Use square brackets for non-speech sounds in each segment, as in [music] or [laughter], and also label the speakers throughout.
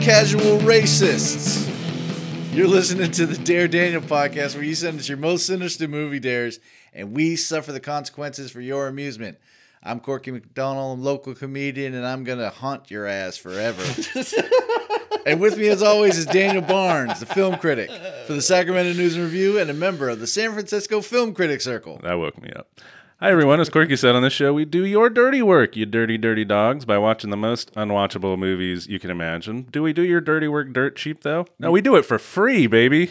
Speaker 1: casual racists. You're listening to the Dare Daniel podcast, where you send us your most sinister movie dares, and we suffer the consequences for your amusement. I'm Corky McDonald, I'm local comedian, and I'm gonna haunt your ass forever. and with me, as always, is Daniel Barnes, the film critic for the Sacramento News and Review, and a member of the San Francisco Film Critic Circle.
Speaker 2: That woke me up. Hi, everyone. As Corky said on this show, we do your dirty work, you dirty, dirty dogs, by watching the most unwatchable movies you can imagine. Do we do your dirty work dirt cheap, though? No, we do it for free, baby.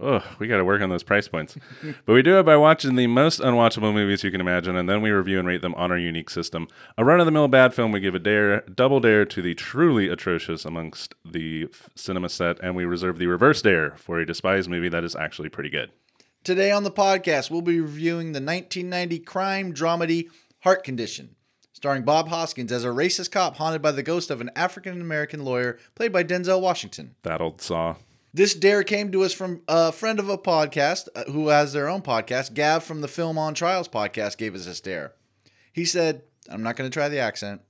Speaker 2: Ugh, we got to work on those price points. but we do it by watching the most unwatchable movies you can imagine, and then we review and rate them on our unique system. A run of the mill bad film, we give a dare, double dare to the truly atrocious amongst the f- cinema set, and we reserve the reverse dare for a despised movie that is actually pretty good.
Speaker 1: Today on the podcast, we'll be reviewing the 1990 crime dramedy Heart Condition, starring Bob Hoskins as a racist cop haunted by the ghost of an African American lawyer played by Denzel Washington.
Speaker 2: That old saw.
Speaker 1: This dare came to us from a friend of a podcast uh, who has their own podcast. Gav from the Film on Trials podcast gave us this dare. He said, I'm not going to try the accent.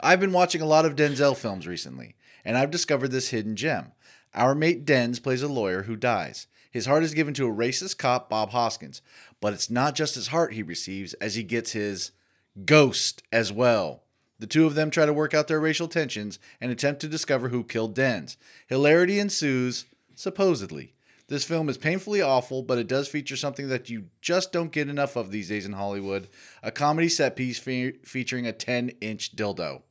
Speaker 1: I've been watching a lot of Denzel films recently, and I've discovered this hidden gem. Our mate Denz plays a lawyer who dies. His heart is given to a racist cop, Bob Hoskins, but it's not just his heart he receives, as he gets his ghost as well. The two of them try to work out their racial tensions and attempt to discover who killed Denz. Hilarity ensues, supposedly. This film is painfully awful, but it does feature something that you just don't get enough of these days in Hollywood a comedy set piece fe- featuring a 10 inch dildo.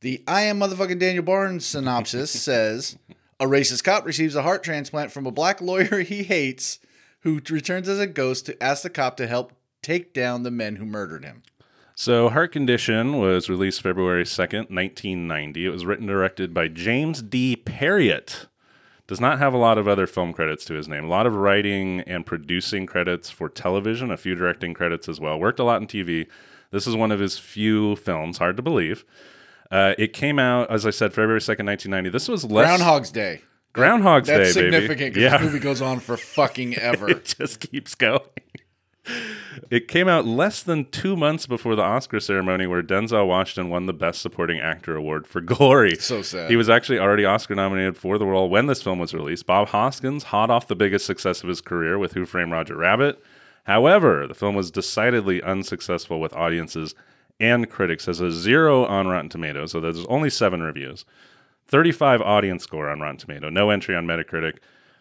Speaker 1: The I Am Motherfucking Daniel Barnes synopsis says a racist cop receives a heart transplant from a black lawyer he hates who returns as a ghost to ask the cop to help take down the men who murdered him.
Speaker 2: So, Heart Condition was released February 2nd, 1990. It was written and directed by James D. Perriott. Does not have a lot of other film credits to his name. A lot of writing and producing credits for television, a few directing credits as well. Worked a lot in TV. This is one of his few films, hard to believe. Uh, it came out, as I said, February 2nd, 1990. This was less.
Speaker 1: Groundhog's Day.
Speaker 2: Groundhog's
Speaker 1: That's
Speaker 2: Day, baby.
Speaker 1: significant because this movie goes on for fucking ever.
Speaker 2: [laughs] it just keeps going. It came out less than two months before the Oscar ceremony, where Denzel Washington won the Best Supporting Actor award for Glory.
Speaker 1: So sad.
Speaker 2: He was actually already Oscar nominated for the role when this film was released. Bob Hoskins, hot off the biggest success of his career with Who Framed Roger Rabbit. However, the film was decidedly unsuccessful with audiences and critics, as a zero on Rotten Tomatoes. So there's only seven reviews. 35 audience score on Rotten Tomato, no entry on Metacritic.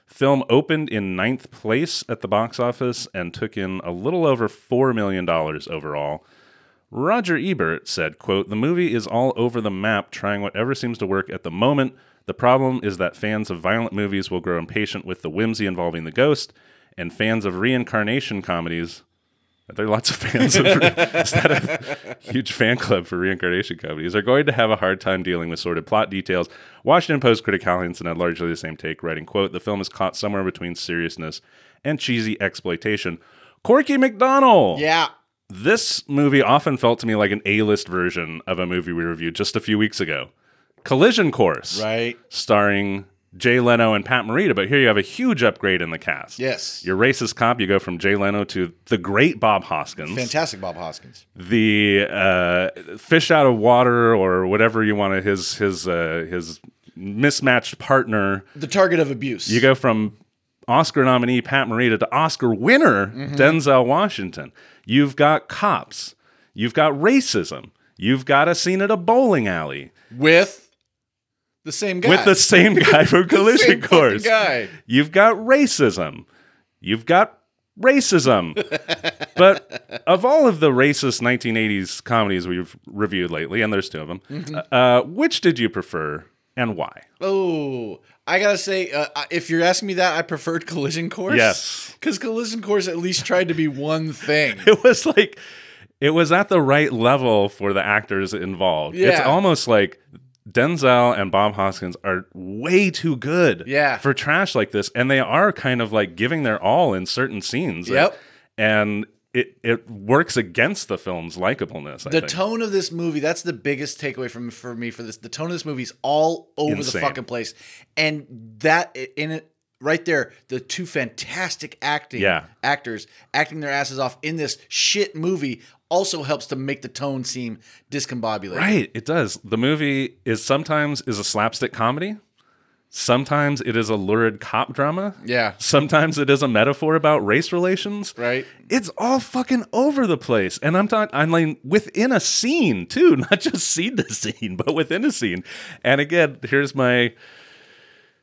Speaker 2: Film opened in ninth place at the box office and took in a little over $4 million overall. Roger Ebert said, quote, The movie is all over the map, trying whatever seems to work at the moment. The problem is that fans of violent movies will grow impatient with the whimsy involving the ghost, and fans of reincarnation comedies. [laughs] Are there lots of fans of. [laughs] is that a huge fan club for reincarnation comedies? Are going to have a hard time dealing with sordid plot details. Washington Post critic Hal Hansen had largely the same take, writing, quote, The film is caught somewhere between seriousness and cheesy exploitation. Corky McDonald!
Speaker 1: yeah.
Speaker 2: This movie often felt to me like an A list version of a movie we reviewed just a few weeks ago Collision Course,
Speaker 1: Right.
Speaker 2: starring Jay Leno and Pat Morita. But here you have a huge upgrade in the cast.
Speaker 1: Yes.
Speaker 2: Your racist cop, you go from Jay Leno to the great Bob Hoskins,
Speaker 1: Fantastic Bob Hoskins.
Speaker 2: the uh, fish out of water or whatever you want to, his, his, uh, his mismatched partner.
Speaker 1: The target of abuse.
Speaker 2: You go from Oscar nominee Pat Morita to Oscar winner Denzel Washington. You've got cops. You've got racism. You've got a scene at a bowling alley
Speaker 1: with the same guy.
Speaker 2: with the same guy from Collision
Speaker 1: Same fucking
Speaker 2: Course.
Speaker 1: guy.
Speaker 2: You've got racism. You've got racism. but of all of the racist 1980s comedies we've reviewed lately, and there's two of them, uh, which did you prefer and why?
Speaker 1: Oh, I gotta say, uh, I- if you're asking me that, I preferred Collision Course.
Speaker 2: Yes.
Speaker 1: because Collision Course at least tried to be one thing.
Speaker 2: [laughs] it was like it was at the right level for the actors involved. It's
Speaker 1: Yeah.
Speaker 2: almost like Denzel and Bob Hoskins are way too good
Speaker 1: Yeah.
Speaker 2: for trash like this and they are kind of like giving their all in certain scenes.
Speaker 1: Yep.
Speaker 2: And it it works against the film's likableness, I
Speaker 1: The
Speaker 2: think.
Speaker 1: tone of this movie, that's the biggest takeaway from for me for this. The tone of this movie is all over
Speaker 2: Insane.
Speaker 1: the fucking place. And that in it right there, the two fantastic acting
Speaker 2: Yeah.
Speaker 1: actors acting their asses off in this shit movie also helps to make the tone seem discombobulated.
Speaker 2: Right, it does. The movie is sometimes is a slapstick comedy. Sometimes it is a lurid cop drama.
Speaker 1: Yeah.
Speaker 2: Sometimes it is a metaphor about race relations.
Speaker 1: Right.
Speaker 2: It's all fucking over the place. And I'm talking I'm like within a scene too, [laughs] not just scene to scene, but within a scene. And again, here's my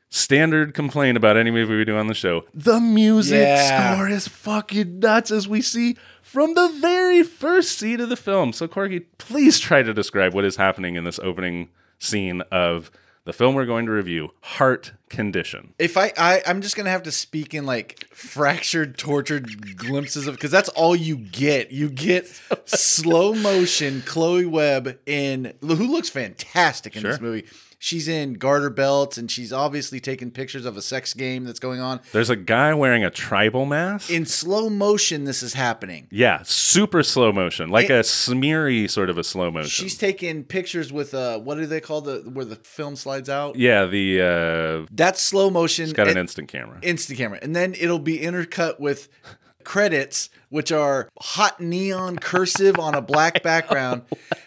Speaker 2: standard complaint about any movie we do on the show. The music
Speaker 1: Yeah.
Speaker 2: score is fucking nuts as we see from the very first scene of the film. So Corky, please try to describe what is happening in this opening scene of the film we're going to review, Heart Condition.
Speaker 1: If I, I I'm just gonna have to speak in like fractured, tortured glimpses of because that's all you get. You get slow motion Chloe Webb in who looks fantastic in this
Speaker 2: Sure.
Speaker 1: movie. She's in garter belts and she's obviously taking pictures of a sex game that's going on.
Speaker 2: There's a guy wearing a tribal mask.
Speaker 1: In slow motion, this is happening.
Speaker 2: Yeah, super slow motion, like a smeary sort of a slow motion.
Speaker 1: She's taking pictures with uh what do they call the where the film slides out?
Speaker 2: yeah, the uh,
Speaker 1: That's slow motion.
Speaker 2: got an
Speaker 1: and-
Speaker 2: instant camera.
Speaker 1: instant camera and then it'll be intercut with credits which are hot neon cursive on a
Speaker 2: [laughs]
Speaker 1: black background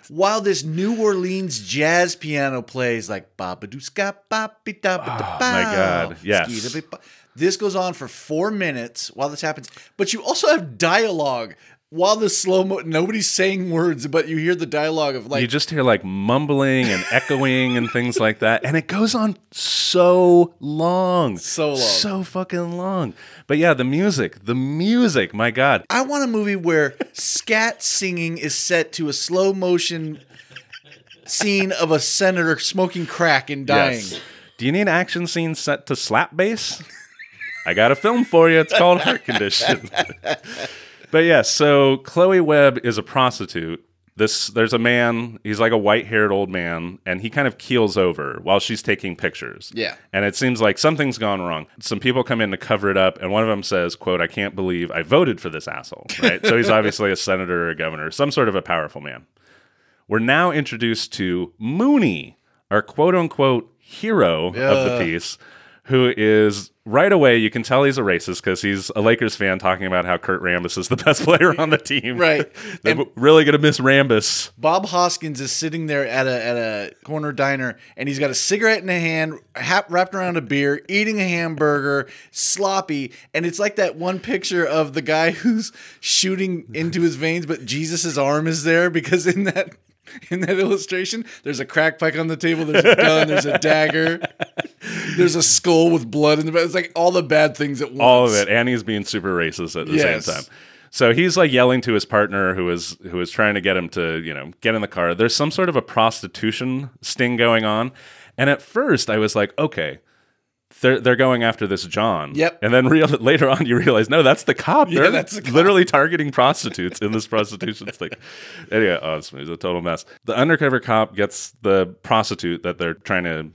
Speaker 1: while this new orleans jazz piano plays like babadooska babita
Speaker 2: Oh, my God. Yes.
Speaker 1: this goes on for four minutes while this happens but you also have dialogue while the slow mo nobody's saying words but you hear the dialogue of like
Speaker 2: you just hear like mumbling and echoing and things like that, and it goes on so long,
Speaker 1: So long.
Speaker 2: so fucking long. But yeah, the music, the music, my god,
Speaker 1: I want a movie where scat singing is set to a slow motion scene of a senator smoking crack and dying.
Speaker 2: Yes. Do you need action scenes set to slap bass? I got a film for you. It's called Heart Condition. [laughs] but yeah, so Chloe Webb is a prostitute. This there's a man, he's like a white-haired old man, and he kind of keels over while she's taking pictures.
Speaker 1: Yeah.
Speaker 2: And it seems like something's gone wrong. Some people come in to cover it up, and one of them says, quote, I can't believe I voted for this asshole.
Speaker 1: [laughs]
Speaker 2: Right. so he's obviously a senator or a governor, some sort of a powerful man. We're now introduced to Mooney, our quote unquote hero of the
Speaker 1: Yeah.
Speaker 2: piece, who is right away, you can tell he's a racist because he's a Lakers fan talking about how Kurt Rambis is the best [laughs] player on the team.
Speaker 1: Right.
Speaker 2: [laughs] They're really going to miss Rambis.
Speaker 1: Bob Hoskins is sitting there at a at a corner diner and he's got a cigarette in a hand, hap, wrapped around a beer, eating a hamburger, sloppy, and it's like that one picture of the guy [laughs] who's shooting into his veins, but Jesus' arm is there because in that in that illustration, there's a crack pipe on the table, there's a gun, there's a dagger, there's a skull with blood in the back. It's like all the bad things at once.
Speaker 2: All of it. And he's being super racist at the
Speaker 1: Yes.
Speaker 2: same time. So he's like yelling to his partner who is who is trying to get him to, you know, get in the car. There's some sort of a prostitution sting going on. And at first I was like, okay, they're they're going after this John.
Speaker 1: Yep.
Speaker 2: And then real, [laughs] later on you realize, no, that's the cop.
Speaker 1: Yeah,
Speaker 2: they're
Speaker 1: that's the cop.
Speaker 2: literally targeting prostitutes in this prostitution thing. Anyway, oh, this movie's a total mess. The undercover cop gets the prostitute that they're trying to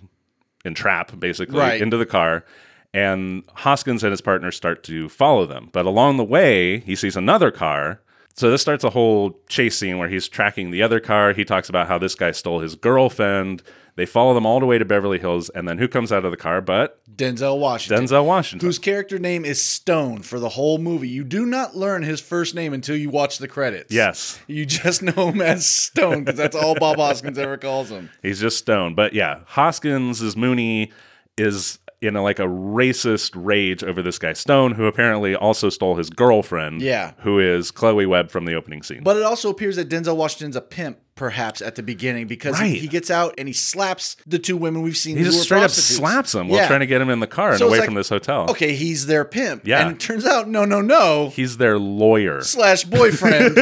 Speaker 2: entrap basically
Speaker 1: Right.
Speaker 2: into the car. And Hoskins and his partner start to follow them. But along the way, he sees another car. So this starts a whole chase scene where he's tracking the other car. He talks about how this guy stole his girlfriend. They follow them all the way to Beverly Hills. And then who comes out of the car but
Speaker 1: Denzel Washington.
Speaker 2: Denzel Washington?
Speaker 1: whose character name is Stone for the whole movie. You do not learn his first name until you watch the credits.
Speaker 2: yes.
Speaker 1: You just [laughs] know him as Stone because that's all Bob Hoskins ever calls him.
Speaker 2: He's just stoned. But yeah, Hoskins is Mooney is in a, like a racist rage over this guy Stone, who apparently also stole his girlfriend.
Speaker 1: Yeah.
Speaker 2: who is Chloe Webb from the opening scene.
Speaker 1: But it also appears that Denzel Washington's a pimp, perhaps, at the beginning because he-
Speaker 2: Right.
Speaker 1: he gets out and he slaps the two women we've seen.
Speaker 2: he just
Speaker 1: who were
Speaker 2: straight up
Speaker 1: prostitutes.
Speaker 2: slaps him while
Speaker 1: Yeah.
Speaker 2: trying to get him in the car and
Speaker 1: So it's
Speaker 2: away
Speaker 1: like,
Speaker 2: from this hotel.
Speaker 1: Okay, he's their pimp.
Speaker 2: Yeah.
Speaker 1: And it turns out, no, no, no,
Speaker 2: He's their lawyer.
Speaker 1: slash
Speaker 2: [laughs]
Speaker 1: boyfriend.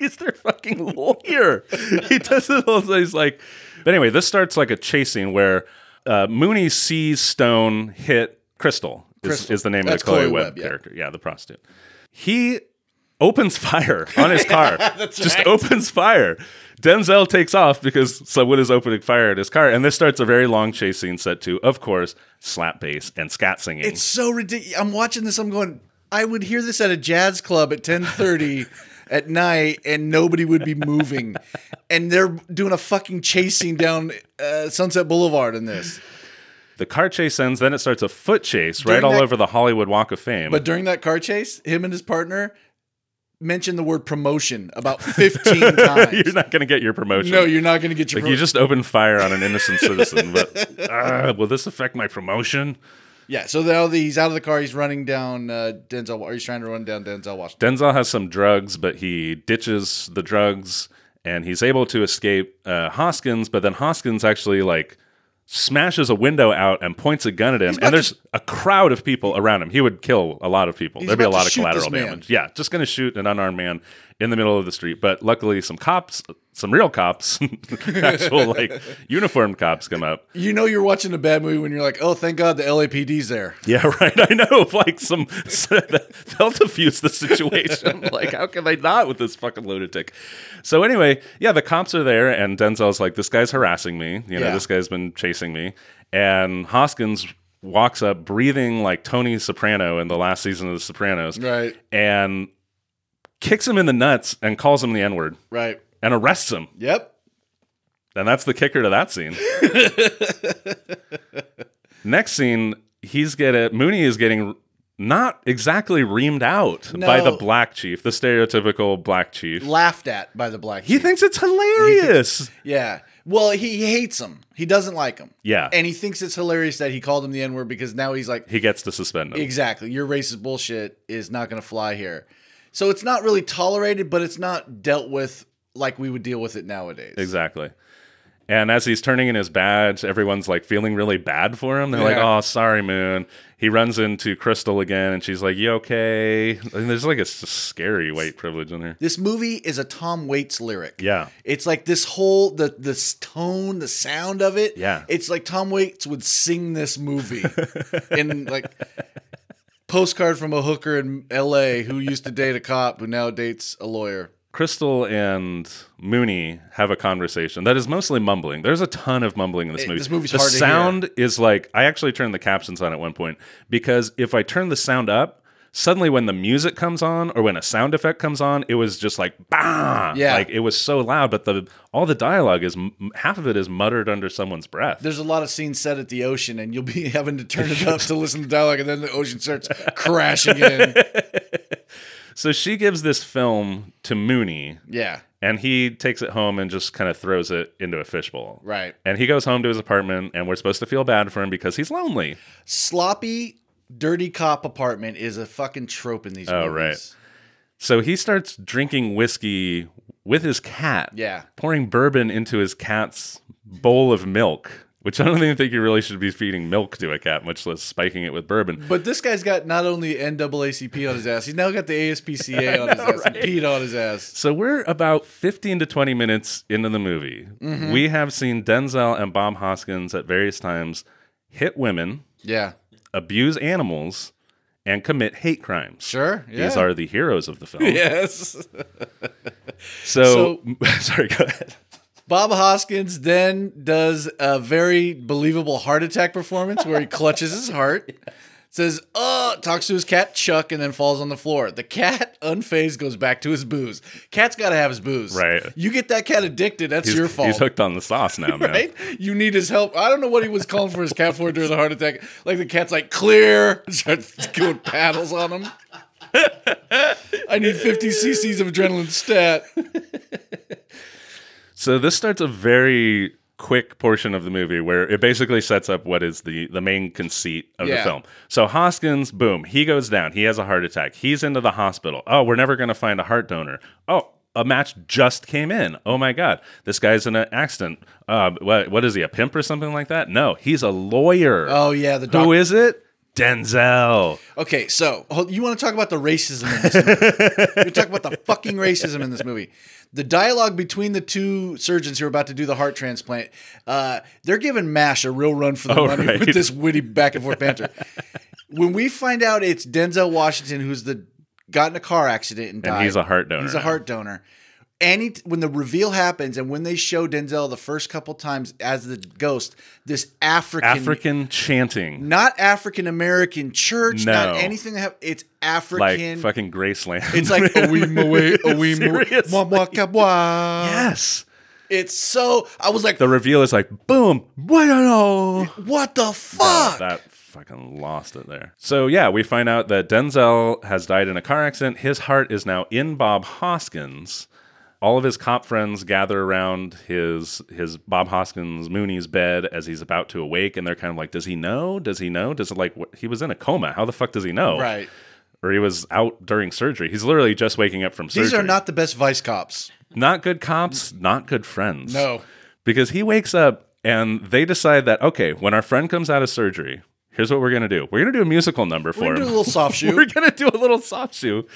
Speaker 2: he's their fucking lawyer. He does it all. He's like, but anyway, this starts like a chase scene where uh, Mooney sees Stone hit Crystal. Is,
Speaker 1: Crystal.
Speaker 2: is the name
Speaker 1: That's
Speaker 2: of the Chloe,
Speaker 1: Chloe
Speaker 2: Webb,
Speaker 1: Webb, yeah.
Speaker 2: character? Yeah. the prostitute. He opens fire
Speaker 1: [laughs]
Speaker 2: on his car. Just opens fire. Denzel takes off because someone is opening fire at his car, and this starts a very long chase scene set to, of course, slap bass and scat singing.
Speaker 1: It's so ridiculous. I'm watching this. I'm going. I would hear this at a jazz club at
Speaker 2: [laughs]
Speaker 1: 10:30 at night, and nobody would be moving. And they're doing a fucking chasing down uh, Sunset Boulevard in this.
Speaker 2: The car chase ends, then it starts a foot chase right
Speaker 1: During
Speaker 2: all
Speaker 1: that-
Speaker 2: over the Hollywood Walk of Fame.
Speaker 1: But during that car chase, him and his partner mentioned the word promotion
Speaker 2: [laughs]
Speaker 1: about 15 times.
Speaker 2: you're not going to get your promotion.
Speaker 1: no, you're not going to get your
Speaker 2: like you
Speaker 1: promotion.
Speaker 2: just opened fire on
Speaker 1: [laughs]
Speaker 2: an innocent citizen. But uh, will this affect my promotion?
Speaker 1: yeah, so now that he's out of the car. He's running down uh, Denzel. Or he's trying to run down Denzel Washington.
Speaker 2: Denzel has some drugs, but he ditches the drugs and he's able to escape uh, Hoskins. But then Hoskins actually like smashes a window out and points a gun at him.
Speaker 1: about
Speaker 2: And there's a crowd of people around him. He would kill a lot of people. There'd be a
Speaker 1: about to
Speaker 2: lot of
Speaker 1: shoot
Speaker 2: collateral
Speaker 1: this man.
Speaker 2: damage. Yeah, just gonna shoot an unarmed man in the middle of the street. But luckily, some cops, some real cops, [laughs] actual like uniformed cops come up.
Speaker 1: You know you're watching a bad movie when you're like, oh, thank God the LAPD's there.
Speaker 2: Yeah, [laughs] right. I know. Like some, [laughs] they'll diffuse the situation. [laughs] Like, how can they not with this fucking lunatic? So anyway, yeah, the cops are there, and Denzel's like, "This guy's harassing me. You know,
Speaker 1: Yeah.
Speaker 2: this guy's been chasing me." And Hoskins walks up, breathing like Tony Soprano in the last season of The Sopranos,
Speaker 1: Right,
Speaker 2: and kicks him in the nuts and calls him the N word
Speaker 1: right.
Speaker 2: and arrests him.
Speaker 1: Yep.
Speaker 2: And that's the kicker to
Speaker 1: [laughs]
Speaker 2: that scene. Next scene, he's get it. Mooney is getting not exactly reamed out
Speaker 1: No.
Speaker 2: by the black chief, the stereotypical black chief.
Speaker 1: Laughed at by the black.
Speaker 2: He
Speaker 1: He
Speaker 2: thinks it's hilarious.
Speaker 1: yeah. Well, he he hates him. He doesn't like him.
Speaker 2: Yeah,
Speaker 1: And he thinks it's hilarious that he called him the N word because now he's like,
Speaker 2: he gets to suspend him.
Speaker 1: exactly, your racist bullshit is not going to fly here. So it's not really tolerated, but it's not dealt with like we would deal with it nowadays.
Speaker 2: Exactly. And as he's turning in his badge, everyone's like feeling really bad for him. They're like,
Speaker 1: Yeah.
Speaker 2: "Oh, sorry, Moon." He runs into Crystal again, and she's like, "You okay?" And there's like a s- scary white privilege in there.
Speaker 1: This movie is a Tom Waits lyric.
Speaker 2: Yeah.
Speaker 1: It's like this whole the the s- tone, the sound of it.
Speaker 2: Yeah.
Speaker 1: It's like Tom Waits would sing this
Speaker 2: [laughs]
Speaker 1: movie in like postcard from a hooker in L.A. who used to date a cop who now dates a lawyer.
Speaker 2: Crystal and Mooney have a conversation that is mostly mumbling. There's a ton of mumbling in this movie.
Speaker 1: this movie's
Speaker 2: the
Speaker 1: hard to hear.
Speaker 2: sound is like I actually turned the captions on at one point because if I turn the sound up, suddenly when the music comes on or when a sound effect comes on, it was just like bah.
Speaker 1: Yeah.
Speaker 2: Like it was so loud, but the all the dialogue is m- half of it is muttered under someone's breath.
Speaker 1: There's a lot of scenes set at the ocean, and you'll be [laughs] having to turn it up to listen to dialogue, and then the ocean starts crashing
Speaker 2: [laughs]
Speaker 1: in.
Speaker 2: so she gives this film to Mooney
Speaker 1: Yeah,
Speaker 2: and he takes it home and just kind of throws it into a fishbowl.
Speaker 1: right.
Speaker 2: And he goes home to his apartment, and we're supposed to feel bad for him because he's lonely.
Speaker 1: Sloppy, dirty cop apartment is a fucking trope in these
Speaker 2: Oh,
Speaker 1: movies.
Speaker 2: So he starts drinking whiskey with his cat,
Speaker 1: Yeah.
Speaker 2: pouring bourbon into his cat's bowl of milk, which I don't even think you really should be feeding milk to a cat, much less spiking it with bourbon.
Speaker 1: But this guy's got not only NAACP on his ass, he's now got the ASPCA on his ass and Pete on his ass.
Speaker 2: So we're about 15 to 20 minutes into the movie.
Speaker 1: Mm-hmm.
Speaker 2: We have seen Denzel and Bob Hoskins at various times hit women,
Speaker 1: Yeah.
Speaker 2: abuse animals, and commit hate crimes.
Speaker 1: Sure. Yeah.
Speaker 2: These are the heroes of the
Speaker 1: [laughs]
Speaker 2: film.
Speaker 1: Yes.
Speaker 2: So, [laughs] sorry, go ahead.
Speaker 1: Bob Hoskins then does a very believable heart attack performance where he clutches his heart, says, uh, talks to his cat Chuck, and then falls on the floor. The cat, unfazed, goes back to his booze. Cat's got to have his booze.
Speaker 2: Right.
Speaker 1: You get that cat addicted, that's
Speaker 2: He's-
Speaker 1: your fault.
Speaker 2: He's hooked on the
Speaker 1: [laughs]
Speaker 2: sauce now, man.
Speaker 1: Right? You need his help. I don't know what he was calling for his cat for during the heart attack. Like the cat's like clear, [laughs] starts doing paddles on him. I need 50 cc's of adrenaline stat.
Speaker 2: So this starts a very quick portion of the movie where it basically sets up what is the the main conceit of the
Speaker 1: Yeah.
Speaker 2: film. So Hoskins, boom, he goes down. He has a heart attack. He's into the hospital. Oh, we're never going to find a heart donor. Oh, a match just came in. Oh my god, this guy's in an accident. Uh, what what is he a pimp or something like that? No, he's a lawyer.
Speaker 1: Oh yeah, the doctor.
Speaker 2: Who is it? Denzel.
Speaker 1: Okay, so hold- you want to talk about the racism in this movie.
Speaker 2: [laughs]
Speaker 1: you talk about the fucking racism in this movie. The dialogue between the two surgeons who are about to do the heart transplant, uh, they're giving MASH a real run for the
Speaker 2: Oh,
Speaker 1: money
Speaker 2: right.
Speaker 1: with this witty back and forth banter. when we find out it's Denzel Washington who's the got in a car accident and died.
Speaker 2: And he's a heart donor.
Speaker 1: He's a
Speaker 2: now.
Speaker 1: heart donor. Any when the reveal happens and when they show Denzel the first couple times as the ghost, this African
Speaker 2: African chanting.
Speaker 1: not African American church,
Speaker 2: No.
Speaker 1: not anything. That have, it's
Speaker 2: Like
Speaker 1: African.
Speaker 2: fucking Graceland. [laughs]
Speaker 1: it's like Owimawe, Owimawe,
Speaker 2: Seriously.
Speaker 1: Mwah, mwah, kabwa.
Speaker 2: Yes.
Speaker 1: It's so. I was like,
Speaker 2: The reveal is like, boom, wait a no.
Speaker 1: what the fuck?
Speaker 2: That fucking lost it there. So yeah, we find out that Denzel has died in a car accident. His heart is now in Bob Hoskins. All of his cop friends gather around his his Bob Hoskins Mooney's bed as he's about to awake, and they're kind of like, "Does he know? Does he know? Does it like what? he was in a coma? How the fuck does he know?
Speaker 1: right.
Speaker 2: Or he was out during surgery. He's literally just waking up from surgery.
Speaker 1: These are not the best vice cops.
Speaker 2: not good cops, not good friends
Speaker 1: No.
Speaker 2: because he wakes up and they decide that okay, when our friend comes out of surgery, here's what we're gonna do. We're gonna do a musical number for
Speaker 1: We're
Speaker 2: him.
Speaker 1: gonna do a little soft
Speaker 2: [laughs] we're
Speaker 1: shoe.
Speaker 2: gonna do a little soft shoe,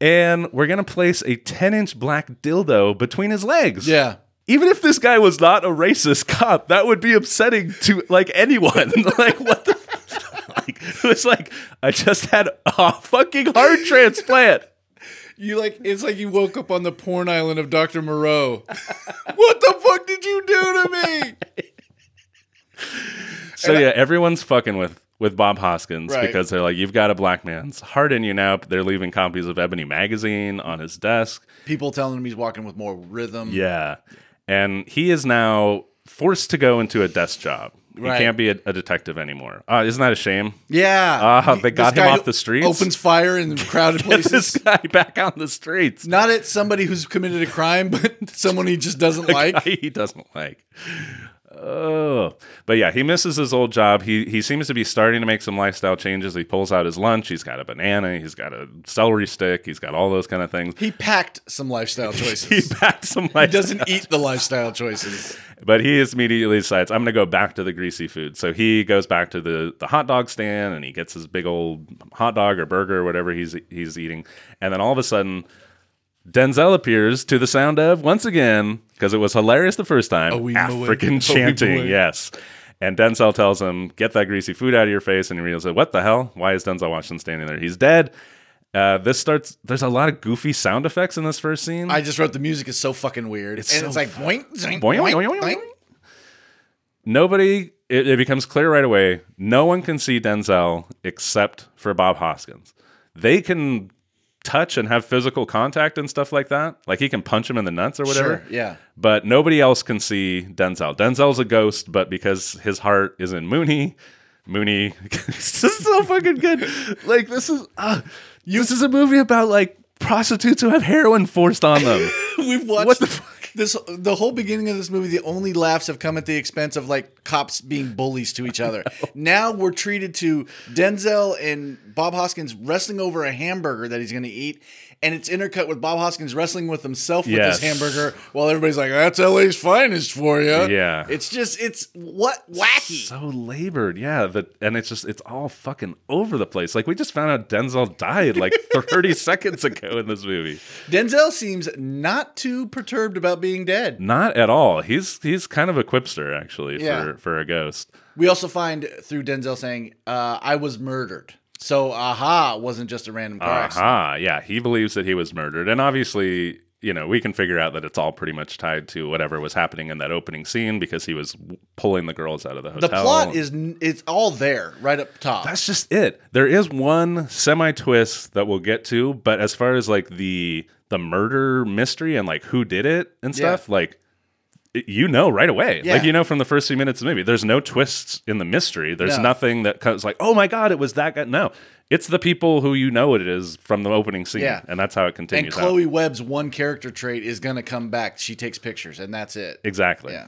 Speaker 2: and we're gonna place a 10 inch black dildo between his legs.
Speaker 1: yeah.
Speaker 2: Even if this guy was not a racist cop, that would be upsetting to like anyone. [laughs] like what the. Like, it was like I just had a fucking heart transplant.
Speaker 1: You like it's like you woke up on the porn island of Dr.
Speaker 2: [laughs]
Speaker 1: Moreau. what the fuck did you do to me?
Speaker 2: So yeah, everyone's fucking with with Bob Hoskins
Speaker 1: Right.
Speaker 2: because they're like, you've got a black man's heart in you now. They're leaving copies of Ebony magazine on his desk.
Speaker 1: People telling him he's walking with more rhythm.
Speaker 2: Yeah, and he is now forced to go into a desk job.
Speaker 1: Right.
Speaker 2: He can't be a, a detective anymore. Uh, isn't that a shame?
Speaker 1: Yeah.
Speaker 2: Ah,
Speaker 1: He-
Speaker 2: they
Speaker 1: this
Speaker 2: got him
Speaker 1: guy
Speaker 2: off the streets?
Speaker 1: Opens fire in crowded
Speaker 2: [laughs] Get this
Speaker 1: places.
Speaker 2: guy back on
Speaker 1: [laughs]
Speaker 2: the streets. [laughs]
Speaker 1: Not at somebody who's committed a crime, but someone he just doesn't like.
Speaker 2: guy he doesn't like. Oh, but yeah, he misses his old job. He he seems to be starting to make some lifestyle changes. He pulls out his lunch. He's got a banana. He's got a celery stick. He's got all those kind of things.
Speaker 1: He packed some lifestyle
Speaker 2: [laughs] He
Speaker 1: choices.
Speaker 2: packed some
Speaker 1: he
Speaker 2: lifestyle.
Speaker 1: doesn't eat
Speaker 2: [laughs]
Speaker 1: the lifestyle choices.
Speaker 2: But he is immediately decides, I'm going to go back to the greasy food. So he goes back to the, the hot dog stand and he gets his big old hot dog or burger or whatever he's, he's eating. And then all of a sudden, Denzel appears to the sound of, once again, because it was hilarious the first time,
Speaker 1: wee moe, a
Speaker 2: African
Speaker 1: wee
Speaker 2: chanting.
Speaker 1: moe.
Speaker 2: yes. And Denzel tells him, Get that greasy food out of your face. And he realizes, What the hell? Why is Denzel Washington standing there? He's dead. Uh, this starts, there's a lot of goofy sound effects in this first scene.
Speaker 1: I just wrote the music is so fucking weird.
Speaker 2: It's
Speaker 1: and
Speaker 2: so
Speaker 1: it's like boink, zoink,
Speaker 2: Boing,
Speaker 1: boink,
Speaker 2: boing, boing,
Speaker 1: boink.
Speaker 2: boing. nobody it, it becomes clear right away no one can see denzel except for bob hoskins they can touch and have physical contact and stuff like that like he can punch him in the nuts or whatever
Speaker 1: Sure, yeah.
Speaker 2: but nobody else can see denzel denzel's a ghost but because his heart is in mooney mooney [laughs] this is so fucking good like this is uh, this is a movie about like prostitutes who have heroin forced on them
Speaker 1: [laughs] We've watched
Speaker 2: What the fuck?
Speaker 1: this the whole beginning of this movie. The only laughs have come at the expense of like cops being bullies to each
Speaker 2: [laughs]
Speaker 1: other. Now we're treated to Denzel and Bob Hoskins wrestling over a hamburger that he's going to eat, and it's intercut with Bob Hoskins wrestling with himself with
Speaker 2: Yes.
Speaker 1: his hamburger, while everybody's like, "That's LA's finest for you."
Speaker 2: Yeah.
Speaker 1: it's just it's what wacky.
Speaker 2: So labored, yeah. The, and it's just it's all fucking over the place. Like we just found out Denzel
Speaker 1: [laughs]
Speaker 2: died like 30 seconds ago in this movie.
Speaker 1: Denzel seems not too perturbed about being dead.
Speaker 2: Not at all. He's he's kind of a quipster actually
Speaker 1: Yeah.
Speaker 2: for for a ghost.
Speaker 1: We also find through Denzel saying, uh, "I was murdered." So, aha, wasn't just a random car
Speaker 2: Uh-huh.
Speaker 1: accident.
Speaker 2: Aha, yeah. He believes that he was murdered, and obviously. You know, we can figure out that it's all pretty much tied to whatever was happening in that opening scene because he was w- pulling the girls out of the
Speaker 1: The
Speaker 2: hotel.
Speaker 1: plot is n- it's all there right up top.
Speaker 2: that's just it. There is one semi twist that we'll get to, but as far as like the the murder mystery and like who did it and
Speaker 1: Yeah.
Speaker 2: stuff, like it- you know right away.
Speaker 1: Yeah.
Speaker 2: Like you know from the first few minutes of the movie. There's no twists in the mystery. There's
Speaker 1: No.
Speaker 2: nothing that comes like, oh my god, it was that guy. No, it's the people who you know what it is from the opening scene,
Speaker 1: Yeah.
Speaker 2: and that's how it
Speaker 1: and
Speaker 2: continues. out.
Speaker 1: Chloe Webb's one character trait is going to come back. She takes pictures, and that's it.
Speaker 2: exactly.
Speaker 1: Yeah.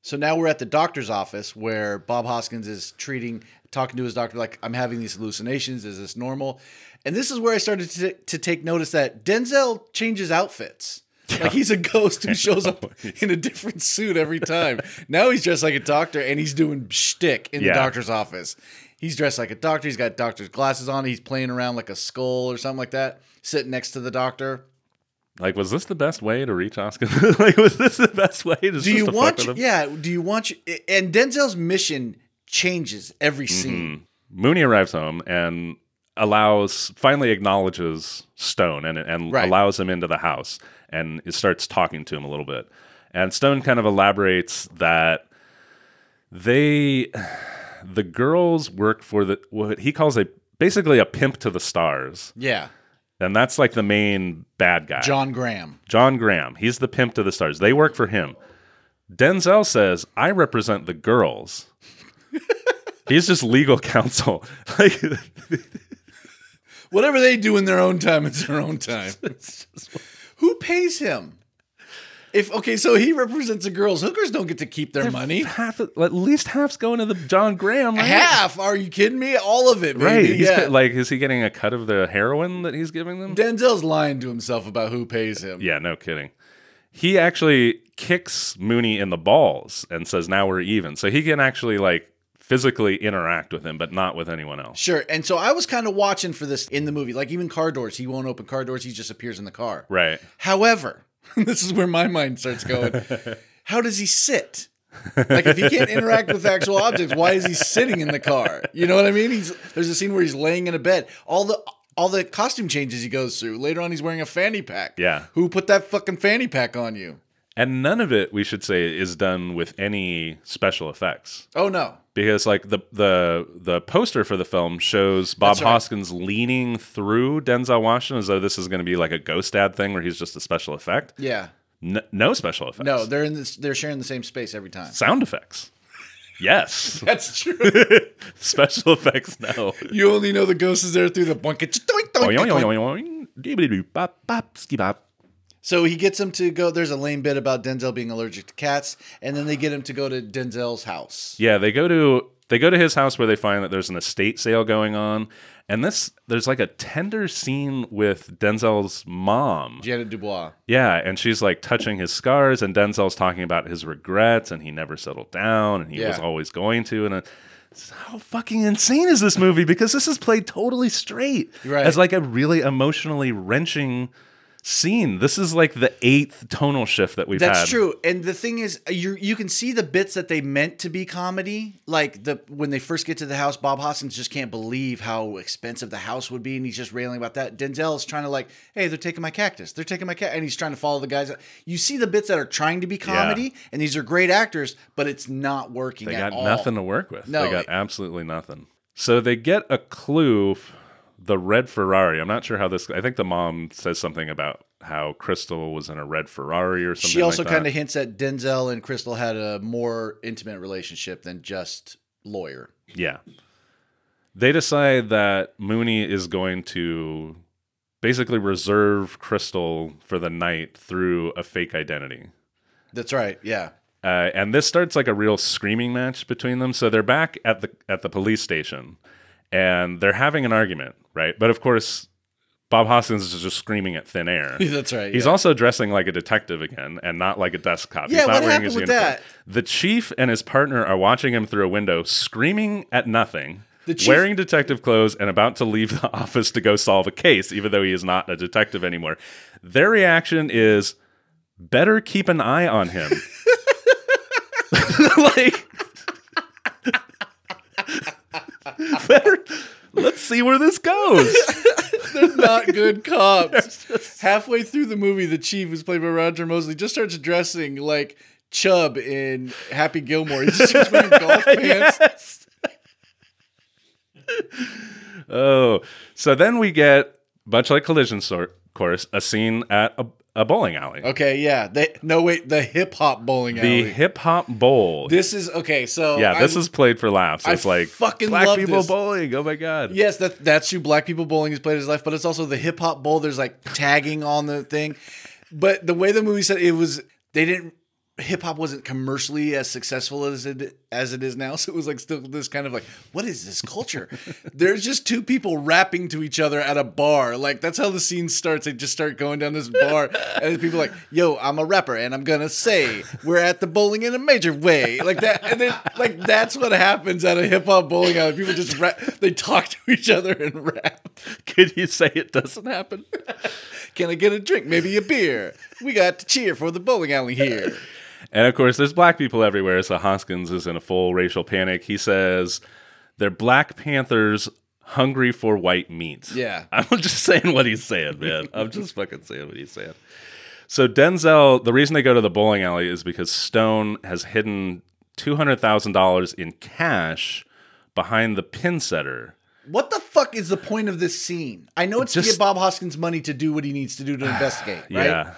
Speaker 1: So now we're at the doctor's office where Bob Hoskins is treating, talking to his doctor, like, I'm having these hallucinations. Is this normal? And this is where I started to, to take notice that Denzel changes outfits. Like he's a ghost who shows up in a different suit every time. now he's dressed like a doctor and he's doing shtick in
Speaker 2: Yeah.
Speaker 1: the doctor's office. He's dressed like a doctor. He's got doctor's glasses on. He's playing around like a skull or something like that, sitting next to the doctor.
Speaker 2: Like, was this the best way to reach Oscar? [laughs] like, was this the best way? To,
Speaker 1: do you
Speaker 2: to
Speaker 1: want
Speaker 2: fuck
Speaker 1: you,
Speaker 2: with him?
Speaker 1: yeah do you want you, and denzel's mission changes every
Speaker 2: Mm-hmm.
Speaker 1: scene
Speaker 2: Mooney arrives home and allows finally acknowledges Stone and and
Speaker 1: Right.
Speaker 2: allows him into the house and it starts talking to him a little bit. And Stone kind of elaborates that they the girls work for the what he calls a basically a pimp to the stars.
Speaker 1: yeah
Speaker 2: And that's like the main bad guy.
Speaker 1: john graham
Speaker 2: John Graham. He's the pimp to the stars. They work for him. Denzel says, I represent the
Speaker 1: [laughs]
Speaker 2: girls. He's just legal counsel. [laughs] Like,
Speaker 1: Whatever they do in their own time, it's their own [laughs] time.
Speaker 2: it's just-
Speaker 1: Who pays him? If okay, so he represents the girls. Hookers don't get to keep their money.
Speaker 2: half, at least half's going to the John Graham. Right?
Speaker 1: Half? Are you kidding me? All of it, baby.
Speaker 2: Right. He's
Speaker 1: Yeah.
Speaker 2: get- like, is he getting a cut of the heroin that he's giving them?
Speaker 1: Denzel's lying to himself about who pays him.
Speaker 2: Yeah, no kidding. He actually kicks Mooney in the balls and says, "Now we're even." So he can actually like physically interact with him, but not with anyone else.
Speaker 1: Sure. And so I was kind of watching for this in the movie. Like even car doors, he won't open car doors. He just appears in the car.
Speaker 2: Right.
Speaker 1: However, [laughs] this is where my mind starts [laughs] going. How does he sit? Like if he can't interact with actual objects, why is he sitting in the car? You know what I mean? He's there's a scene where he's laying in a bed. All the all the costume changes he goes through. Later on, he's wearing a fanny pack.
Speaker 2: Yeah.
Speaker 1: Who put that fucking fanny pack on you?
Speaker 2: And none of it, we should say, is done with any special effects.
Speaker 1: Oh no.
Speaker 2: Because like the the the poster for the film shows Bob
Speaker 1: That's right.
Speaker 2: Hoskins leaning through Denzel Washington as though this is going to be like a ghost ad thing where he's just a special effect.
Speaker 1: Yeah.
Speaker 2: N- no special effects.
Speaker 1: No, they're in this. They're sharing the same space every time.
Speaker 2: sound effects. Yes, [laughs]
Speaker 1: That's true.
Speaker 2: special effects. No.
Speaker 1: [laughs] you only know the ghost is there through the blanket. So he gets him to go. There's a lame bit about Denzel being allergic to cats, and then they get him to go to Denzel's house.
Speaker 2: Yeah, they go to they go to his house where they find that there's an estate sale going on, and this there's like a tender scene with Denzel's mom.
Speaker 1: Janet Dubois.
Speaker 2: Yeah, and she's like touching his scars, and Denzel's talking about his regrets, and he never settled down, and he
Speaker 1: Yeah.
Speaker 2: was always going to, and. uh how fucking insane is this movie? Because this is played totally straight
Speaker 1: Right.
Speaker 2: as like a really emotionally wrenching scene. This is like the eighth tonal shift that we've
Speaker 1: That's
Speaker 2: had.
Speaker 1: true. And the thing is, you you can see the bits that they meant to be comedy, like the when they first get to the house, Bob Hoskins just can't believe how expensive the house would be, and he's just railing about that. Denzel is trying to like, hey, they're taking my cactus, they're taking my cat, and he's trying to follow the guys. You see the bits that are trying to be comedy, and these are great actors, but it's not working.
Speaker 2: They
Speaker 1: at
Speaker 2: got
Speaker 1: all.
Speaker 2: nothing to work with.
Speaker 1: No,
Speaker 2: they got
Speaker 1: it-
Speaker 2: absolutely nothing. So they get a clue f- the red Ferrari. I'm not sure how this I think the mom says something about how Crystal was in a red Ferrari or something
Speaker 1: She also kind
Speaker 2: of
Speaker 1: of hints that Denzel and Crystal had a more intimate relationship than just lawyer.
Speaker 2: Yeah. They decide that Mooney is going to basically reserve Crystal for the night through a fake identity.
Speaker 1: That's right. Yeah. [laughs]
Speaker 2: Uh, and this starts like a real screaming match between them. So they're back at the at the police station, and they're having an argument, right? But of course, Bob Hoskins is just screaming at thin air.
Speaker 1: That's right.
Speaker 2: He's
Speaker 1: yeah.
Speaker 2: also dressing like a detective again, and not like a desk cop.
Speaker 1: Yeah,
Speaker 2: He's not
Speaker 1: what
Speaker 2: wearing
Speaker 1: happened
Speaker 2: his
Speaker 1: with
Speaker 2: uniform.
Speaker 1: that?
Speaker 2: The chief and his partner are watching him through a window, screaming at nothing.
Speaker 1: The chief-
Speaker 2: Wearing detective clothes and about to leave the [laughs] office to go solve a case, even though he is not a detective anymore. Their reaction is better keep an eye
Speaker 1: [laughs]
Speaker 2: on him. like [laughs] better let's see where this goes.
Speaker 1: not
Speaker 2: [laughs]
Speaker 1: good cops. Halfway through the movie, the chief, who's played by Roger Mosley, just starts dressing like Chubb in Happy Gilmore. He just keeps
Speaker 2: [laughs]
Speaker 1: wearing [laughs] golf pants.
Speaker 2: Yes. oh, so then we get much like collision sort course a scene at a, a bowling alley,
Speaker 1: Okay, yeah. They, no, wait, the hip hop bowling
Speaker 2: the
Speaker 1: alley.
Speaker 2: hip hop bowl.
Speaker 1: This is okay. So
Speaker 2: yeah, this
Speaker 1: I-
Speaker 2: is played for laughs.
Speaker 1: I
Speaker 2: It's like
Speaker 1: fucking
Speaker 2: black
Speaker 1: love
Speaker 2: people
Speaker 1: this.
Speaker 2: bowling. Oh my god. [laughs]
Speaker 1: Yes, that that's true. Black people bowling is played as life, but it's also the hip hop bowl. There's like tagging on the thing, but the way the movie said it was, they didn't. Hip hop wasn't commercially as successful as it as it is now, [laughs] so it was like still this kind of like, what is this culture? There's just two people rapping to each other at a bar. Like that's how the scene starts. They just start going down this
Speaker 2: [laughs]
Speaker 1: bar, and people are like, "Yo, I'm a rapper, and I'm gonna say we're at the bowling in a major way," like that. And then like that's what happens at a hip hop bowling alley. People just rap. They talk to each other and rap.
Speaker 2: Could you say it doesn't happen?
Speaker 1: Can I get a drink? Maybe a beer. We got to cheer for the bowling alley here.
Speaker 2: And of course, there's black people everywhere, so Hoskins is in a full racial panic. He says, They're Black Panthers hungry for white meat.
Speaker 1: Yeah.
Speaker 2: [laughs] I'm just saying what he's saying, man. I'm just fucking saying what he's saying. So, Denzel, the reason they go to the bowling alley is because Stone has hidden $200,000 in cash behind the pin setter.
Speaker 1: What the fuck is the point of this scene? I know it's
Speaker 2: Just- [sighs]
Speaker 1: to get Bob Hoskins money to do what he needs to do to investigate, right?
Speaker 2: Yeah.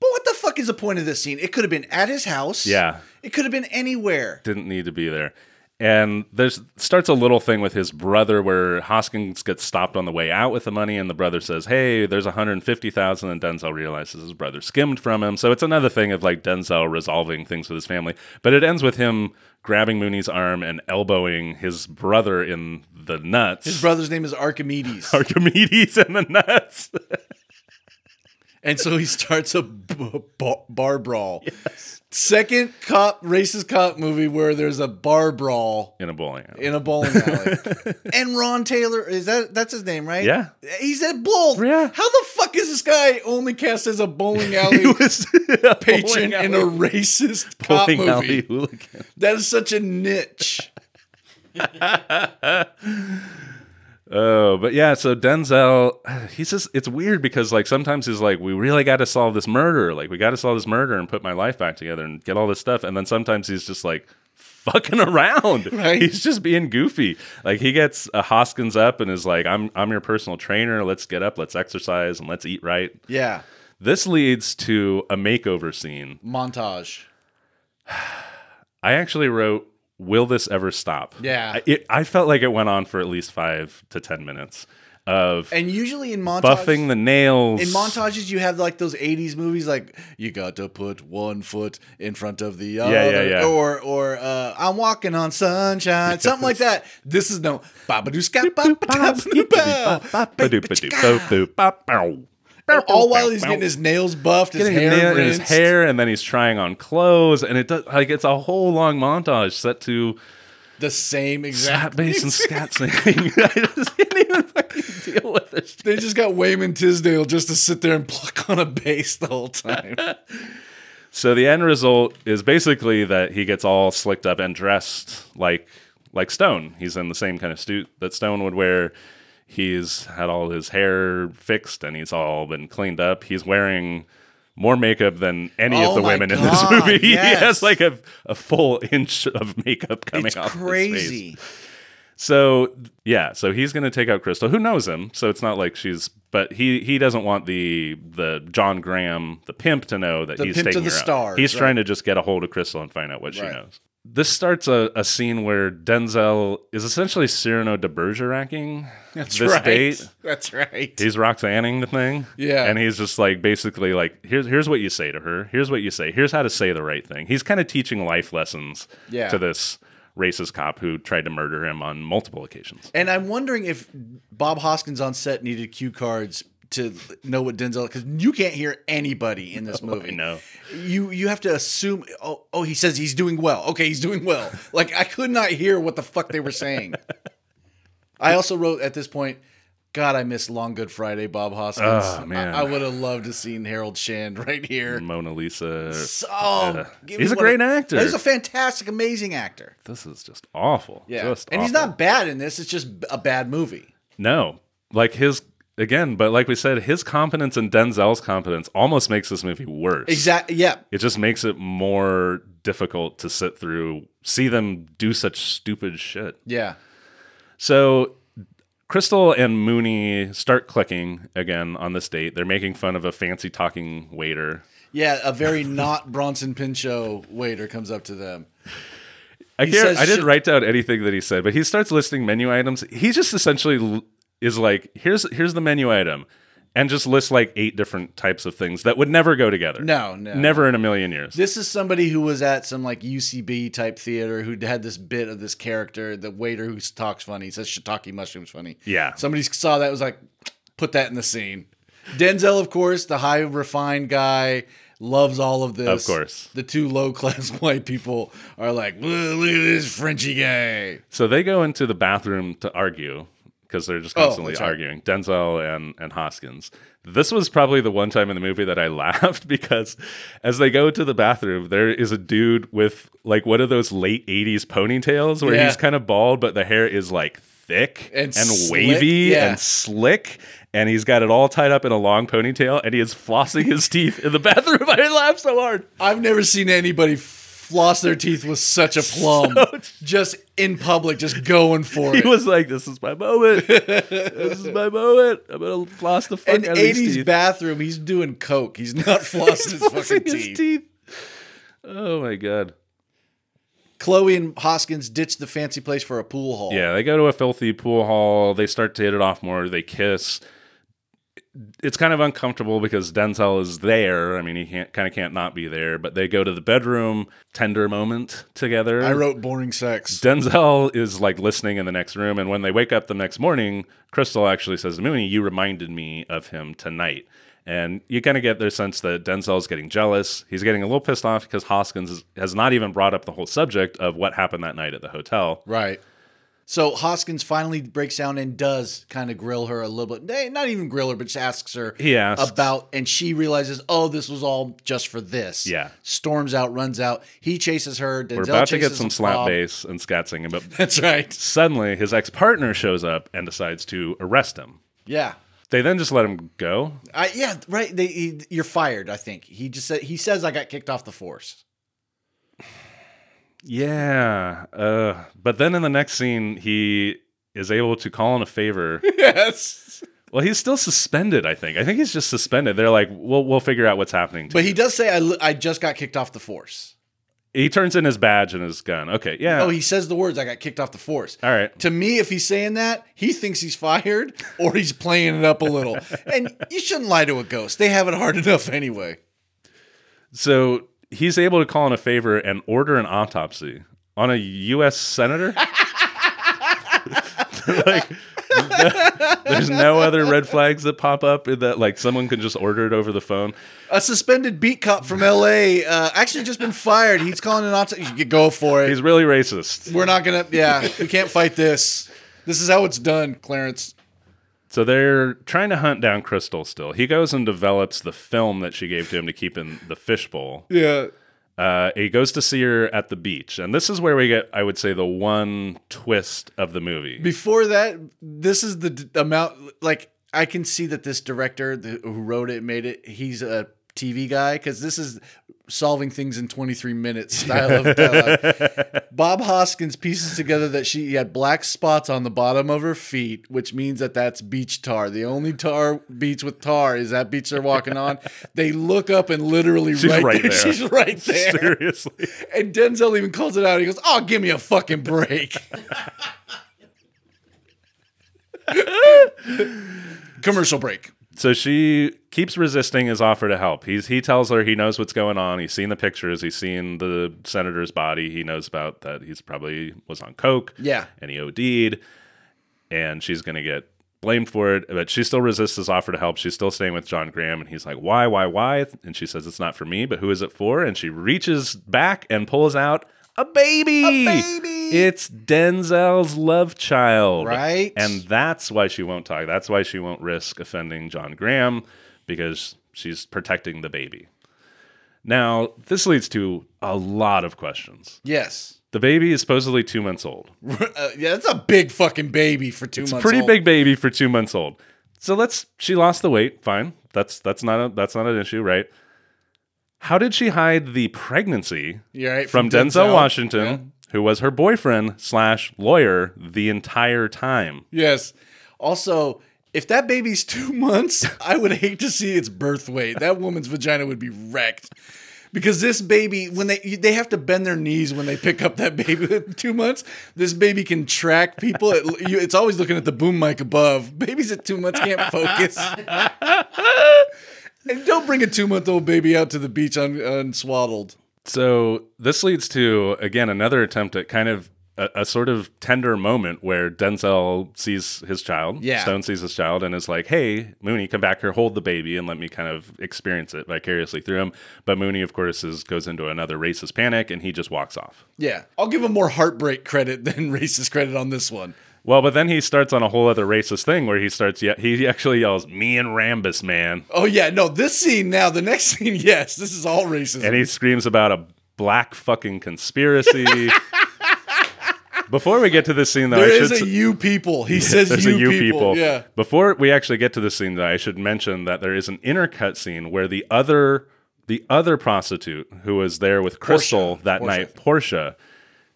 Speaker 1: But what the fuck is the point of this scene? It could have been at his house.
Speaker 2: Yeah.
Speaker 1: It could have been anywhere.
Speaker 2: didn't need to be there. And there's starts a little thing with his brother where Hoskins gets stopped on the way out with the money, and the brother says, "Hey, there's 150,000." And Denzel realizes his brother skimmed from him. So it's another thing of like Denzel resolving things with his family. But it ends with him grabbing Mooney's arm and elbowing his brother in the nuts.
Speaker 1: His brother's name is Archimedes.
Speaker 2: Archimedes in the nuts.
Speaker 1: and so he starts a b- b- bar brawl. Second cop racist cop movie where there's a bar brawl
Speaker 2: in a bowling alley.
Speaker 1: in a bowling
Speaker 2: [laughs]
Speaker 1: alley. and Ron Taylor is that that's his name, right?
Speaker 2: Yeah.
Speaker 1: He's at both.
Speaker 2: Yeah.
Speaker 1: How the fuck is this guy only cast as a bowling
Speaker 2: [laughs]
Speaker 1: alley
Speaker 2: was
Speaker 1: patron in a racist cop
Speaker 2: bowling
Speaker 1: movie?
Speaker 2: alley hooligan.
Speaker 1: That is such a niche.
Speaker 2: Oh, but yeah, so Denzel, [sighs] he's just, it's weird because like sometimes he's like, we really got to solve this murder. Like, we got to solve this murder and put my life back together and get all this stuff. And then sometimes he's just like, [laughs] fucking around.
Speaker 1: [laughs] Right.
Speaker 2: He's just being goofy. Like, he gets a Hoskins up and is like, I'm, I'm your personal trainer. Let's get up, let's exercise, and let's eat right.
Speaker 1: Yeah.
Speaker 2: This leads to a makeover scene.
Speaker 1: Montage.
Speaker 2: I actually wrote, "Will this ever stop?"
Speaker 1: Yeah.
Speaker 2: I- it, I felt like it went on for at least five to ten minutes of
Speaker 1: And usually in montage
Speaker 2: buffing the nails
Speaker 1: in montages you have like those 80s movies like you got to put one foot in front of the other
Speaker 2: yeah, yeah.
Speaker 1: or or uh, I'm walking on sunshine something like that this is no Ba-ba-doo-ska-ba-ba-ba-ba-ba. all while he's getting his nails buffed his
Speaker 2: Getting
Speaker 1: hair,
Speaker 2: his nail- his
Speaker 1: rinsed.
Speaker 2: hair, and then he's trying on clothes, and it does like it's a whole long montage set to
Speaker 1: the same exact
Speaker 2: scat
Speaker 1: [laughs]
Speaker 2: bass and scat singing. [laughs] I just can't even fucking deal with this.
Speaker 1: they just got Wayman Tisdale just to sit there and pluck on a bass the whole time
Speaker 2: So the end result is basically that he gets all slicked up and dressed like like Stone. He's in the same kind of suit that Stone would wear. He's had all his hair fixed and he's all been cleaned up. He's wearing more makeup than any
Speaker 1: Oh
Speaker 2: of the
Speaker 1: my
Speaker 2: women in this
Speaker 1: God,
Speaker 2: movie. [laughs]
Speaker 1: yes.
Speaker 2: He has like a, a full inch of makeup coming
Speaker 1: it's
Speaker 2: off his face.
Speaker 1: crazy
Speaker 2: So yeah, so he's gonna take out Crystal, who knows him. So it's not like she's, but he he doesn't want the the John Graham, the pimp, to know that
Speaker 1: The
Speaker 2: he's
Speaker 1: pimp to
Speaker 2: taking
Speaker 1: the
Speaker 2: her out.
Speaker 1: stars,
Speaker 2: He's
Speaker 1: right.
Speaker 2: trying to just get a hold of Crystal and find out what she
Speaker 1: Right.
Speaker 2: knows. This starts a, a scene where Denzel is essentially Cyrano de Bergeracking
Speaker 1: that's
Speaker 2: this
Speaker 1: right
Speaker 2: date.
Speaker 1: that's right
Speaker 2: He's Roxanning the thing.
Speaker 1: Yeah.
Speaker 2: And he's just like basically like, here's here's what you say to her. Here's what you say. Here's how to say the right thing. He's kind of teaching life lessons
Speaker 1: Yeah.
Speaker 2: to this racist cop who tried to murder him on multiple occasions.
Speaker 1: And I'm wondering if Bob Hoskins on set needed cue cards to know what Denzel because you can't hear anybody
Speaker 2: [laughs]
Speaker 1: in this movie.
Speaker 2: Oh, know.
Speaker 1: You you have to assume oh oh he says he's doing well. Okay, he's doing well. like I could not hear what the fuck they were
Speaker 2: [laughs]
Speaker 1: saying. I also wrote at this point, God, I miss Long Good Friday, Bob Hoskins.
Speaker 2: Oh, man.
Speaker 1: I, I would have loved to seen Harold Shand right here.
Speaker 2: Mona Lisa.
Speaker 1: So oh, give
Speaker 2: Uh, he's
Speaker 1: me
Speaker 2: a
Speaker 1: one of-
Speaker 2: great actor.
Speaker 1: He's a fantastic, amazing actor.
Speaker 2: This is just awful.
Speaker 1: Yeah.
Speaker 2: Just
Speaker 1: and he's
Speaker 2: awful.
Speaker 1: not bad in this, it's just a bad movie.
Speaker 2: No, like his again, but like we said, his competence and Denzel's competence almost makes this movie worse.
Speaker 1: Exactly. Yeah.
Speaker 2: It just makes it more difficult to sit through, see them do such stupid shit.
Speaker 1: Yeah.
Speaker 2: So Crystal and Mooney start clicking again on this date. They're making fun of a fancy talking waiter.
Speaker 1: Yeah, a very not Bronson Pinchot waiter comes up to them.
Speaker 2: I can't.
Speaker 1: says
Speaker 2: I didn't
Speaker 1: shit-
Speaker 2: write down anything that he said, but he starts listing menu items. He just essentially l- is like, "Here's here's the menu item," and just lists like eight different types of things that would never go together.
Speaker 1: No, no.
Speaker 2: never in a million years.
Speaker 1: This is somebody who was at some like UCB type theater who had this bit of this character, the waiter who talks funny, says shiitake mushrooms funny.
Speaker 2: Yeah.
Speaker 1: Somebody saw that was like, put that in the scene. Denzel, of course, the high refined guy, loves all of this.
Speaker 2: Of course.
Speaker 1: The two low class [laughs] white people are like, "Look- look at this Frenchy guy.
Speaker 2: So they go into the bathroom to argue because they're just
Speaker 1: Oh,
Speaker 2: constantly
Speaker 1: that's right.
Speaker 2: arguing. Denzel and and Hoskins. This was probably the one time in the movie that I [laughs] laughed because as they go to the bathroom, there is a dude with like one of those late '80s ponytails where
Speaker 1: Yeah.
Speaker 2: he's kind of bald, but the hair is like thick
Speaker 1: And
Speaker 2: and,
Speaker 1: slick,
Speaker 2: wavy
Speaker 1: yeah.
Speaker 2: and slick. And he's got it all tied up in a long [laughs] ponytail, and he is flossing his teeth in the bathroom. I laughed so hard.
Speaker 1: I've never seen anybody floss their teeth with
Speaker 2: [laughs]
Speaker 1: such a plum, just in public, just going for
Speaker 2: [laughs] He
Speaker 1: it.
Speaker 2: was like, "This is my [laughs] moment. this is my moment. I'm gonna floss the fuck
Speaker 1: An
Speaker 2: out of these
Speaker 1: '80s
Speaker 2: teeth."
Speaker 1: bathroom, he's doing coke. He's not [laughs] flossing his fucking
Speaker 2: [laughs] Flossing his
Speaker 1: teeth.
Speaker 2: teeth. Oh my god.
Speaker 1: Chloe and Hoskins ditched the fancy place for a pool hall.
Speaker 2: Yeah, they go to a filthy pool hall. They start to hit it off more. They kiss. It's kind of uncomfortable because Denzel is there. I mean, he can't kind of can't not be there. But they go to the bedroom. Tender moment together.
Speaker 1: I wrote boring sex.
Speaker 2: Denzel is like listening in the next room, and when they wake up the next morning, Crystal actually says to Mooney, "You reminded me of him tonight." And you kind of get the sense that Denzel's getting jealous. He's getting a little pissed off because Hoskins is- has not even brought up the whole subject of what happened that night at the hotel.
Speaker 1: Right. So Hoskins finally breaks down and does kind of grill her a little bit. Eh, Not even grill her, but just asks her
Speaker 2: He asks.
Speaker 1: about, and she realizes, oh, this was all just for this.
Speaker 2: Yeah.
Speaker 1: Storms out, runs out. He chases her. Denzel
Speaker 2: We're about to get
Speaker 1: chases
Speaker 2: some slap
Speaker 1: Bob.
Speaker 2: bass and scat singing, but
Speaker 1: That's right.
Speaker 2: suddenly his ex partner shows up and decides to arrest him.
Speaker 1: Yeah.
Speaker 2: They then just let him go.
Speaker 1: I, yeah. Right. They, he, you're fired. I think he just said he says I got kicked off the force.
Speaker 2: Yeah. Uh, but then in the next scene, he is able to call in a favor.
Speaker 1: Yes.
Speaker 2: Well, he's still suspended. I think. I think he's just suspended. They're like, we'll we'll figure out what's happening. To
Speaker 1: But he does say I, li- I just got kicked off the force.
Speaker 2: you." he turns in his badge and his gun. Okay, yeah.
Speaker 1: Oh, he says the words I got kicked off the force.
Speaker 2: All right.
Speaker 1: To me, if he's saying that, he thinks he's fired or he's playing it up a little. And you shouldn't lie to a ghost. They have it hard enough anyway.
Speaker 2: So he's able to call in a favor and order an autopsy on a U.S. senator. [laughs] like, [laughs] there's no other red flags that pop up in that like someone can just order it over the phone.
Speaker 1: A suspended beat cop from LA uh, actually just been fired. He's calling an autopsy. You go for it.
Speaker 2: He's really racist.
Speaker 1: We're not going to, yeah, we can't fight this. This is how it's done, Clarence.
Speaker 2: So they're trying to hunt down Crystal still. He goes and develops the film that she gave to him to keep in the fishbowl.
Speaker 1: Yeah.
Speaker 2: Uh, he goes to see her at the beach. And this is where we get, I would say, the one twist of the movie.
Speaker 1: Before that, this is the d- amount, like, I can see that this director the, who wrote it, made it, he's a TV guy because this is solving things in 23
Speaker 2: [laughs]
Speaker 1: minutes style of dialogue. Bob Hoskins pieces together that she had black spots on the bottom of her feet, which means that that's beach tar. The only tar beach with tar is that beach they're walking
Speaker 2: [laughs]
Speaker 1: on. They look up and literally
Speaker 2: She's
Speaker 1: right,
Speaker 2: right
Speaker 1: there. [laughs]
Speaker 2: there.
Speaker 1: She's right there.
Speaker 2: [laughs] Seriously.
Speaker 1: And Denzel even calls it out. He goes, "Oh, give me a fucking break." Commercial break.
Speaker 2: So she keeps resisting his offer to help. He's, he tells her he knows what's going on. He's seen the pictures. He's seen the senator's body. He knows about that he's probably was on coke.
Speaker 1: Yeah.
Speaker 2: and he OD'd, and she's going to get blamed for it. But she still resists his offer to help. She's still staying with John Graham, and he's like, "Why, why, why?" And she says, "It's not for me, but who is it for?" And she reaches back and pulls out a baby.
Speaker 1: baby!
Speaker 2: It's Denzel's love child,
Speaker 1: Right.
Speaker 2: And that's why she won't talk. That's why she won't risk offending John Graham because she's protecting the baby. Now, this leads to a lot of questions.
Speaker 1: Yes.
Speaker 2: The baby is supposedly two months old.
Speaker 1: [laughs] Uh, yeah, that's a big fucking baby for two months.
Speaker 2: pretty
Speaker 1: old.
Speaker 2: big baby for two months old. So let's she lost the weight, fine. That's that's not a that's not an issue, right? How did she hide the pregnancy
Speaker 1: You all right?
Speaker 2: from, Denzel, Washington,
Speaker 1: Yeah.
Speaker 2: who was her boyfriend slash lawyer the entire time?
Speaker 1: Yes. Also, if that baby's [laughs] two months, I would hate to see its birth weight. That woman's vagina would be wrecked. Because this baby, when they you- they have to bend their knees when they pick up that baby [laughs] at two months, this baby can track people. It, you, it's always looking at the boom mic above. Babies at two months can't focus. and don't bring a two month old baby out to the beach un, unswaddled.
Speaker 2: So this leads to again another attempt at kind of a, a sort of tender moment where Denzel sees his child.
Speaker 1: Yeah.
Speaker 2: Stone sees his child and is like, "Hey, Mooney, come back here, hold the baby, and let me kind of experience it vicariously through him." But Mooney, of course, is goes into another racist panic and he just walks off.
Speaker 1: Yeah, I'll give him more heartbreak credit than [laughs] racist credit on this one.
Speaker 2: Well, but then he starts on a whole other racist thing where he starts. Ye- he actually yells, "Me and Rambus, man!"
Speaker 1: Oh yeah, no, this scene now, the next [laughs] scene, yes, this is all racism.
Speaker 2: and he screams about a black
Speaker 1: [laughs]
Speaker 2: fucking conspiracy. Before we get to this scene, though,
Speaker 1: There
Speaker 2: I
Speaker 1: is
Speaker 2: should s-
Speaker 1: a you people.
Speaker 2: [laughs]
Speaker 1: He says
Speaker 2: There's
Speaker 1: you,
Speaker 2: a you
Speaker 1: people. Yeah.
Speaker 2: Before we actually get to this scene, though, I should mention that there is an intercut scene where the other The other prostitute who was there with Crystal that
Speaker 1: Portia.
Speaker 2: night, Portia,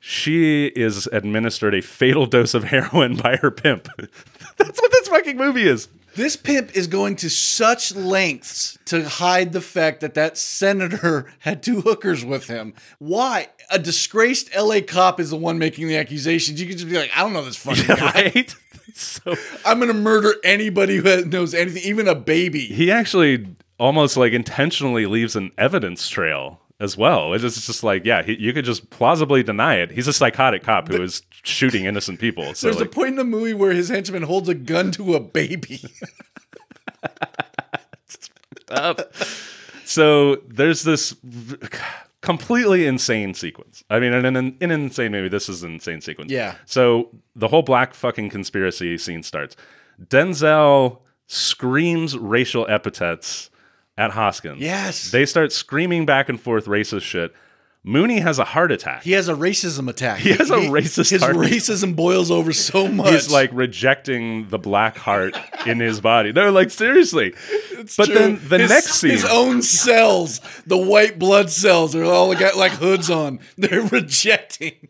Speaker 2: she is administered a fatal dose of [laughs] heroin by her pimp. [laughs] That's what this fucking
Speaker 1: [laughs]
Speaker 2: movie is.
Speaker 1: This pimp is going to such lengths to hide the fact that that senator [laughs] had two hookers with him. Why? A disgraced LA cop is the one making the accusations. You could just be like, I don't know
Speaker 2: [laughs]
Speaker 1: this fucking guy.
Speaker 2: Right? so
Speaker 1: I'm going to murder anybody who has- knows anything, even a baby.
Speaker 2: he actually almost like intentionally leaves an evidence trail as well. It's just, it's just like, yeah, he, you could just plausibly deny it. He's a psychotic cop who is shooting innocent people. So
Speaker 1: There's
Speaker 2: like,
Speaker 1: a point in the movie where his henchman holds a gun to a baby. [laughs]
Speaker 2: so there's this [sighs] v- completely insane sequence. I mean, in an, in an insane movie, this is an insane sequence.
Speaker 1: Yeah.
Speaker 2: So the whole black fucking conspiracy scene starts. Denzel screams racial epithets at Hoskins.
Speaker 1: Yes.
Speaker 2: They start screaming back and forth racist shit. Mooney has a heart attack.
Speaker 1: He has a racism attack. He
Speaker 2: has a racist
Speaker 1: His
Speaker 2: heart.
Speaker 1: racism boils over so much.
Speaker 2: He's like rejecting the black heart in his body. They're like, seriously. but
Speaker 1: True.
Speaker 2: then the
Speaker 1: His-
Speaker 2: next scene.
Speaker 1: his own cells, the white blood cells, are all got like hoods on. They're rejecting.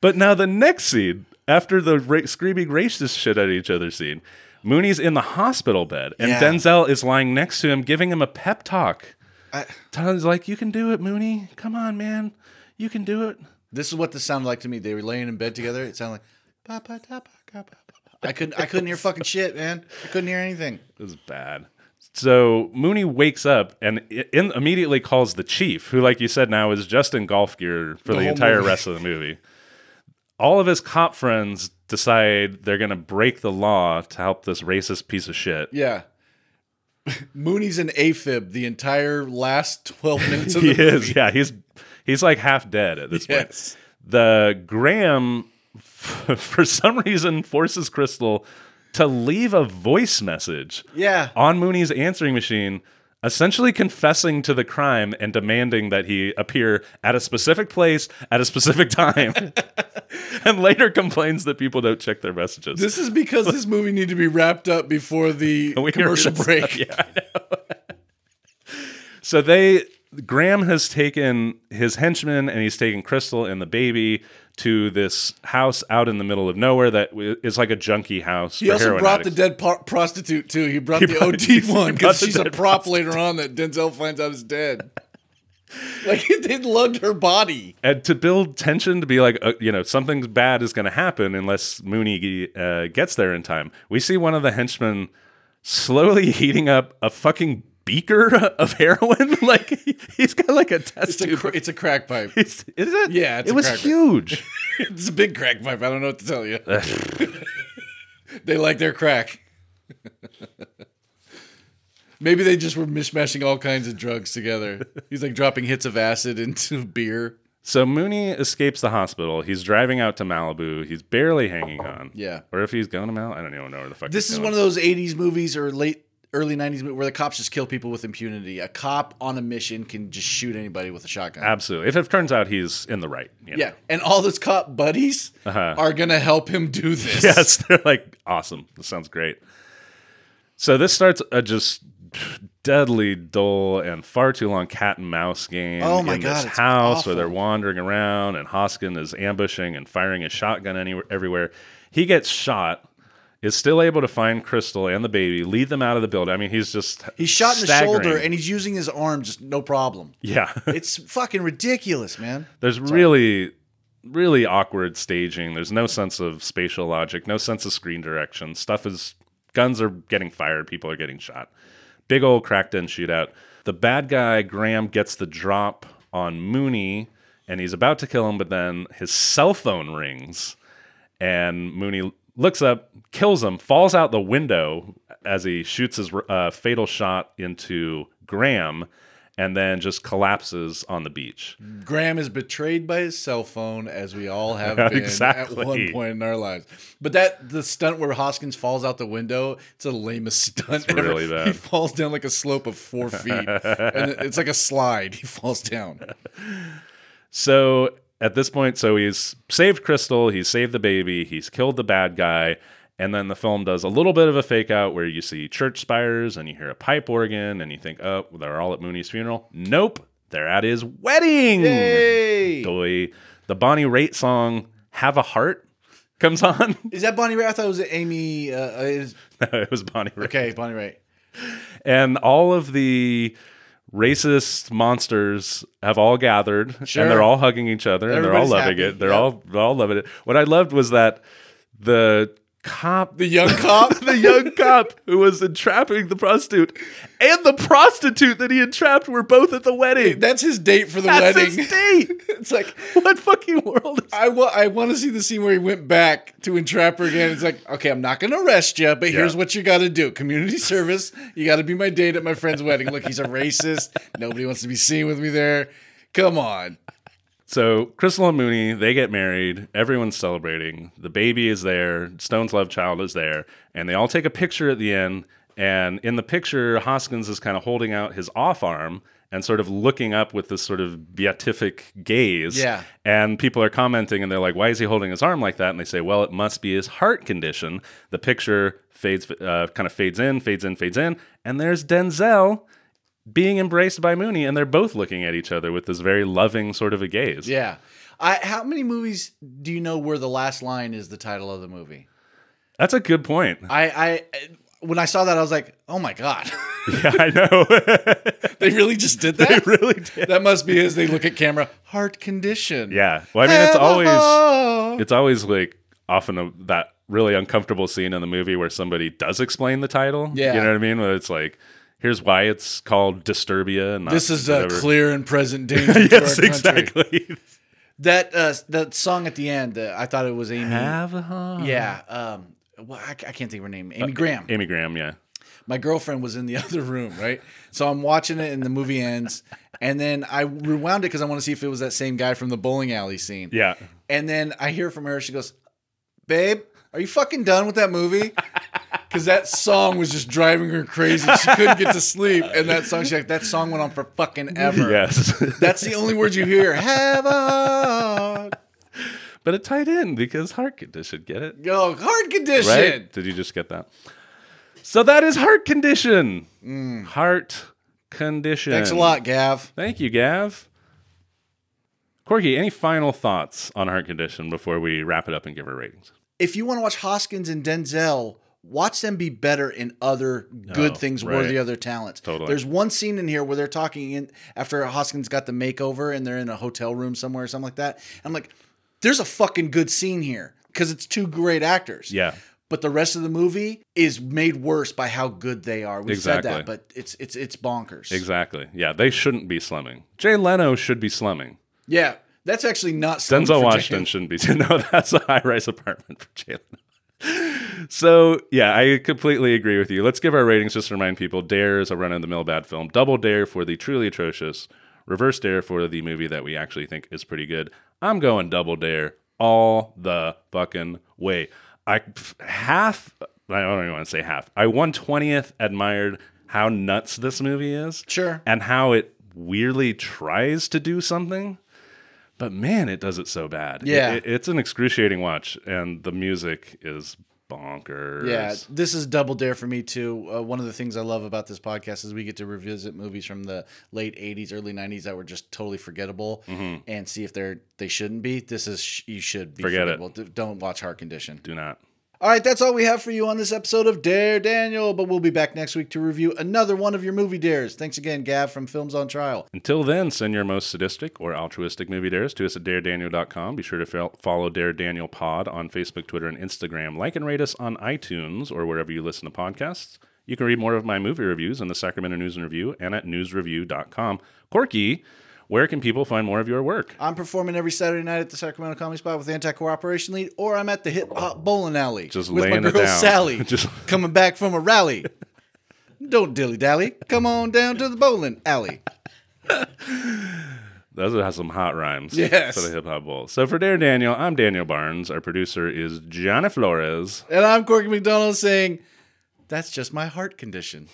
Speaker 2: But now the next scene, after the ra- screaming racist shit at each other scene, Mooney's in the hospital bed, and
Speaker 1: Yeah.
Speaker 2: Denzel is lying next to him, giving him a pep talk.
Speaker 1: I-
Speaker 2: Tyler's like, "You can do it, Mooney. Come on, man. You can do it."
Speaker 1: This is what this sounded like to me. They were laying in bed together. It sounded like "Pa, pa, ta, pa, ka, pa, pa, pa." I couldn't. I couldn't hear fucking shit, man. I couldn't hear anything.
Speaker 2: It was bad. So Mooney wakes up and i- in, immediately calls the chief, who, like you said, now is just in golf gear for
Speaker 1: The
Speaker 2: the,
Speaker 1: whole
Speaker 2: entire
Speaker 1: movie.
Speaker 2: rest of the movie. All of his cop friends decide they're going to break the law to help this racist piece of shit.
Speaker 1: Yeah. Mooney's an AFib the entire last twelve
Speaker 2: [laughs]
Speaker 1: minutes of [laughs]
Speaker 2: he
Speaker 1: the
Speaker 2: is. Yeah, he's he's like half dead at this point.
Speaker 1: Yes.
Speaker 2: The Graham, [laughs] f- for some reason, forces Crystal to leave a voice message
Speaker 1: Yeah.
Speaker 2: on Mooney's answering machine, essentially confessing to the crime and demanding that he appear at a specific place at a specific time.
Speaker 1: [laughs]
Speaker 2: [laughs] and later complains that people don't check their messages.
Speaker 1: This is because this movie needed to be wrapped up before the
Speaker 2: [laughs] We hear
Speaker 1: commercial
Speaker 2: this
Speaker 1: break.
Speaker 2: stuff, yeah, I know. [laughs] so they Graham has taken his henchman and he's taken Crystal and the baby to this house out in the middle of nowhere that w- is like a junkie house.
Speaker 1: He also brought the dead par- prostitute too. He brought the
Speaker 2: brought-
Speaker 1: OD
Speaker 2: he
Speaker 1: one
Speaker 2: brought
Speaker 1: because
Speaker 2: the [laughs]
Speaker 1: she's a
Speaker 2: dead
Speaker 1: prop later on that Denzel finds out is dead. [laughs] like they loved her body.
Speaker 2: and to build tension to be like uh, you know something bad is going to happen unless Mooney uh, gets there in time. We see one of the henchmen slowly [laughs] heating up a fucking beaker [laughs] of heroin [laughs] like he- he's got like a test
Speaker 1: It's a,
Speaker 2: tube
Speaker 1: cr- it's a crack
Speaker 2: [laughs]
Speaker 1: pipe.
Speaker 2: It's, is it?
Speaker 1: Yeah, it's
Speaker 2: it
Speaker 1: a
Speaker 2: was
Speaker 1: cracker.
Speaker 2: huge.
Speaker 1: It's a big crack pipe. I don't know what to tell you. [laughs] they like their crack. [laughs] Maybe they just were mishmashing all kinds of drugs together. He's like dropping hits of acid into beer.
Speaker 2: so Mooney escapes the hospital. He's driving out to Malibu. He's barely hanging on.
Speaker 1: Yeah.
Speaker 2: Or if he's going to Malibu, I don't even know where the fuck.
Speaker 1: This
Speaker 2: he's
Speaker 1: is
Speaker 2: going.
Speaker 1: one of those 80s movies or late early 90s mo- where the cops just kill people with impunity. A cop on a mission can just shoot anybody with a shotgun.
Speaker 2: absolutely. If it turns out he's in the right. you know.
Speaker 1: yeah, and all his cop buddies are going to help him do this.
Speaker 2: Uh-huh. Yes, [laughs] they're like awesome. This sounds great. So this starts a just deadly dull and far too long cat and mouse game
Speaker 1: Oh my
Speaker 2: in
Speaker 1: God,
Speaker 2: this
Speaker 1: it's
Speaker 2: house
Speaker 1: awful.
Speaker 2: where they're wandering around and Hoskin is ambushing and firing a shotgun anywhere everywhere. He gets shot, is still able to find Crystal and the baby, lead them out of the building. I mean, he's just
Speaker 1: He's shot in the
Speaker 2: staggering.
Speaker 1: shoulder and he's using his arm just no problem.
Speaker 2: yeah. [laughs]
Speaker 1: It's fucking ridiculous, man.
Speaker 2: There's really, really awkward staging. There's no sense of spatial logic, no sense of screen direction. Stuff is guns are getting fired, people are getting shot. Big old cracked in shootout. The bad guy Graham gets the drop on Mooney, and he's about to kill him, but then his cell phone rings, and Mooney looks up, kills him, falls out the window as he shoots his uh, fatal shot into Graham, and then just collapses on the beach.
Speaker 1: Graham is betrayed by his cell phone, as we all
Speaker 2: [laughs]
Speaker 1: have
Speaker 2: Yeah,
Speaker 1: been
Speaker 2: exactly.
Speaker 1: at one point in our lives. But that the stunt where Hoskins falls out the window, it's the lamest [laughs] stunt ever.
Speaker 2: really bad.
Speaker 1: He falls down like a slope of
Speaker 2: [laughs]
Speaker 1: four feet, and it's like a slide. He falls down.
Speaker 2: So at this point, so he's saved Crystal, he's saved the baby, he's killed the bad guy, And then the film does a little bit of a fake out where you see church spires and you hear a pipe organ and you think, oh, they're all at Mooney's funeral. Nope, they're at his wedding.
Speaker 1: Yay!
Speaker 2: Doi. The Bonnie Raitt song "Have a Heart" comes on. [laughs]
Speaker 1: Is that Bonnie Raitt? I thought it was Amy. Uh, uh, is,
Speaker 2: no, it was Bonnie Raitt,
Speaker 1: okay, Bonnie Raitt.
Speaker 2: and all of the racist monsters have all gathered,
Speaker 1: Sure.
Speaker 2: and they're all hugging each other, and they're all
Speaker 1: Everybody's
Speaker 2: loving
Speaker 1: happy.
Speaker 2: it. They're
Speaker 1: Yeah.
Speaker 2: all they're all loving it. What I loved was that the cop.
Speaker 1: The young
Speaker 2: [laughs]
Speaker 1: cop. [laughs]
Speaker 2: the young cop who was entrapping the prostitute and the prostitute that he entrapped were both at the wedding.
Speaker 1: That's his date for the
Speaker 2: That's
Speaker 1: wedding.
Speaker 2: his
Speaker 1: [laughs]
Speaker 2: date.
Speaker 1: it's like
Speaker 2: What fucking world is
Speaker 1: I wa- I want to see the scene where he went back to entrap her again. It's like, okay, I'm not going to arrest you, but here's what you got to do: community service. You got to be my date at my friend's wedding. Look, he's a racist. Nobody wants to be seen with me there. Come on.
Speaker 2: So Crystal and Mooney, they get married. Everyone's celebrating. The baby is there. Stone's love child is there, and they all take a picture at the end. And in the picture, Hoskins is kind of holding out his off arm and sort of looking up with this sort of beatific gaze.
Speaker 1: Yeah.
Speaker 2: And people are commenting, and they're like, "Why is he holding his arm like that?" And they say, "Well, it must be his heart condition." The picture fades, uh, kind of fades in, fades in, fades in, and there's Denzel being embraced by Mooney, and they're both looking at each other with this very loving sort of a gaze.
Speaker 1: Yeah. I, how many movies do you know where the last line is the title of the movie?
Speaker 2: That's a good point. [laughs]
Speaker 1: I, I when I saw that, I was like, oh my god,
Speaker 2: yeah, I know.
Speaker 1: [laughs]
Speaker 2: [laughs]
Speaker 1: they really just did that.
Speaker 2: they really did.
Speaker 1: that must be as they look at camera. Heart condition.
Speaker 2: Yeah. Well, I mean, it's
Speaker 1: Have a
Speaker 2: always
Speaker 1: heart.
Speaker 2: it's always like often a, that really uncomfortable scene in the movie where somebody does explain the title.
Speaker 1: Yeah.
Speaker 2: You know what I mean? Where it's like, here's why it's called Disturbia. And not
Speaker 1: This is a
Speaker 2: whatever. [laughs]
Speaker 1: clear and present danger to
Speaker 2: yes,
Speaker 1: our country.
Speaker 2: exactly.
Speaker 1: That uh, that song at the end, uh, I thought it was Amy.
Speaker 2: Have a heart.
Speaker 1: Yeah. Um, well, I, I can't think of her name.
Speaker 2: Uh,
Speaker 1: Amy Graham.
Speaker 2: Amy Graham. Yeah.
Speaker 1: My girlfriend was in the [laughs] other room, right? So I'm watching it, and the movie ends. And then I rewound it because I want to see if it was that same guy from the bowling alley scene.
Speaker 2: Yeah.
Speaker 1: And then I hear from her. She goes, "Babe, are you fucking done with that
Speaker 2: [laughs]
Speaker 1: movie?" Because that song was just driving her crazy. She couldn't get to sleep. And that song, she's like, "That song went on for fucking ever."
Speaker 2: Yes. [laughs]
Speaker 1: That's the only word you hear. Have a heart.
Speaker 2: but it tied in because heart condition. Get it?
Speaker 1: Yo, hard condition.
Speaker 2: Right? Did you just get that? So that is heart condition. Heart condition.
Speaker 1: Mm. Thanks a lot, Gav.
Speaker 2: Thank you, Gav. Corky, any final thoughts on heart condition before we wrap it up and give her ratings?
Speaker 1: If you want to watch Hoskins and Denzel, watch them be better in other good
Speaker 2: Oh,
Speaker 1: things
Speaker 2: right.
Speaker 1: worthy of their talents.
Speaker 2: Totally.
Speaker 1: There's one scene in here where they're talking in after Hoskins got the makeover and they're in a hotel room somewhere or something like that. I'm like, there's a fucking good scene here because it's two great actors.
Speaker 2: Yeah.
Speaker 1: But the rest of the movie is made worse by how good they are. We said
Speaker 2: Exactly.
Speaker 1: that, but it's it's it's bonkers.
Speaker 2: Exactly. Yeah, they shouldn't be slumming. Jay Leno should be slumming.
Speaker 1: Yeah. That's actually not something
Speaker 2: Denzel
Speaker 1: for
Speaker 2: Washington shouldn't be. [laughs] No, that's a high rise apartment for Jay Leno. So, yeah, I completely agree with you. Let's give our ratings just to remind people Dare is a run of the mill bad film. Double Dare for the truly atrocious. Reverse Dare for the movie that we actually think is pretty good. I'm going Double Dare all the fucking way. I pff, half, I don't even want to say half, I 120th admired how nuts this movie is
Speaker 1: Sure.
Speaker 2: and how it weirdly tries to do something but man it does it so bad It-
Speaker 1: Yeah.
Speaker 2: it- it's an excruciating watch and the music is bonkers
Speaker 1: Yeah, this is double dare for me too. Uh, one of the things I love about this podcast is we get to revisit movies from the late '80s, early '90s that were just totally forgettable,
Speaker 2: Mm-hmm.
Speaker 1: and see if they're they shouldn't be. This is sh- you should be
Speaker 2: Forget it.
Speaker 1: forgettable. D- Don't watch Heart Condition.
Speaker 2: do not
Speaker 1: All right, that's all we have for you on this episode of Dare Daniel. But we'll be back next week to review another one of your movie dares. Thanks again, Gav from Films on Trial.
Speaker 2: until then send your most sadistic or altruistic movie dares to us at daredaniel.com be sure to fo- follow dare daniel pod on facebook twitter and instagram like and rate us on itunes or wherever you listen to podcasts you can read more of my movie reviews in the sacramento news and review and at newsreview.com corky where can people find more of your work
Speaker 1: I'm performing every Saturday night at the Sacramento Comedy Spot with Anti Cooperation Lead, or I'm at the Hip Hop Bowling Alley
Speaker 2: Just
Speaker 1: with
Speaker 2: laying
Speaker 1: my
Speaker 2: it
Speaker 1: girl
Speaker 2: down.
Speaker 1: Sally,
Speaker 2: [laughs] Just-
Speaker 1: coming back from a rally. Don't dilly dally. Come on down to the bowling alley.
Speaker 2: Those have some hot rhymes.
Speaker 1: Yes.
Speaker 2: For the hip hop bowl. So for Dare Daniel, I'm Daniel Barnes. Our producer is Johnny Flores.
Speaker 1: And I'm Corky McDonald saying, "That's just my heart condition."